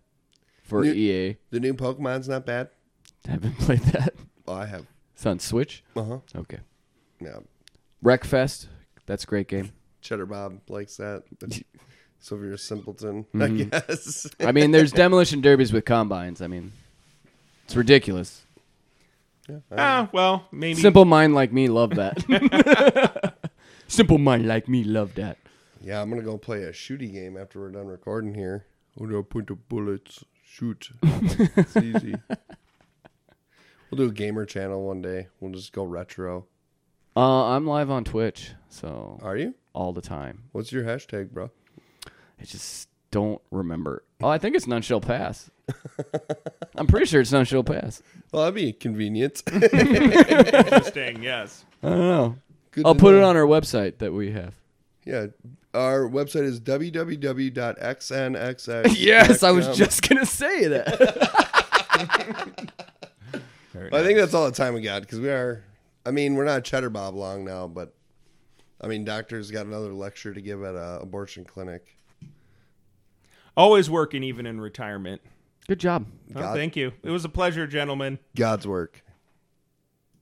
for
New-
EA.
The new Pokemon's not bad.
I haven't played that.
Oh, I have.
It's on Switch.
Uh huh.
Okay.
Yeah.
Wreckfest. That's a great game.
Cheddar Bob likes that. That's- so if you're a simpleton, I guess.
I mean, there's demolition derbies with combines. I mean, it's ridiculous.
Ah, well, maybe.
Simple mind like me love that. Simple mind like me love that.
yeah, I'm gonna go play a shooty game after we're done recording here. Where do I Oh, point the bullets? Shoot. it's easy. We'll do a gamer channel one day. We'll just go retro.
Uh, I'm live on Twitch, so
Are you?
all the time.
What's your hashtag, bro?
I just don't remember. Oh, I think it's none shall pass. I'm pretty sure it's none shall pass.
Well, that'd be convenient.
Interesting. Yes.
I don't know.
Good
I'll
to
put
know.
it on our website that we have.
Yeah. Our website is www.xnxx.
Yes, I was just gonna say that.
I think that's all the time we got because we are. I mean, we're not Cheddar Bob long now, but I mean, doctor's got another lecture to give at a abortion clinic.
Always working, even in retirement.
Good job.
Oh,
God.
thank you. It was a pleasure, gentlemen.
God's work.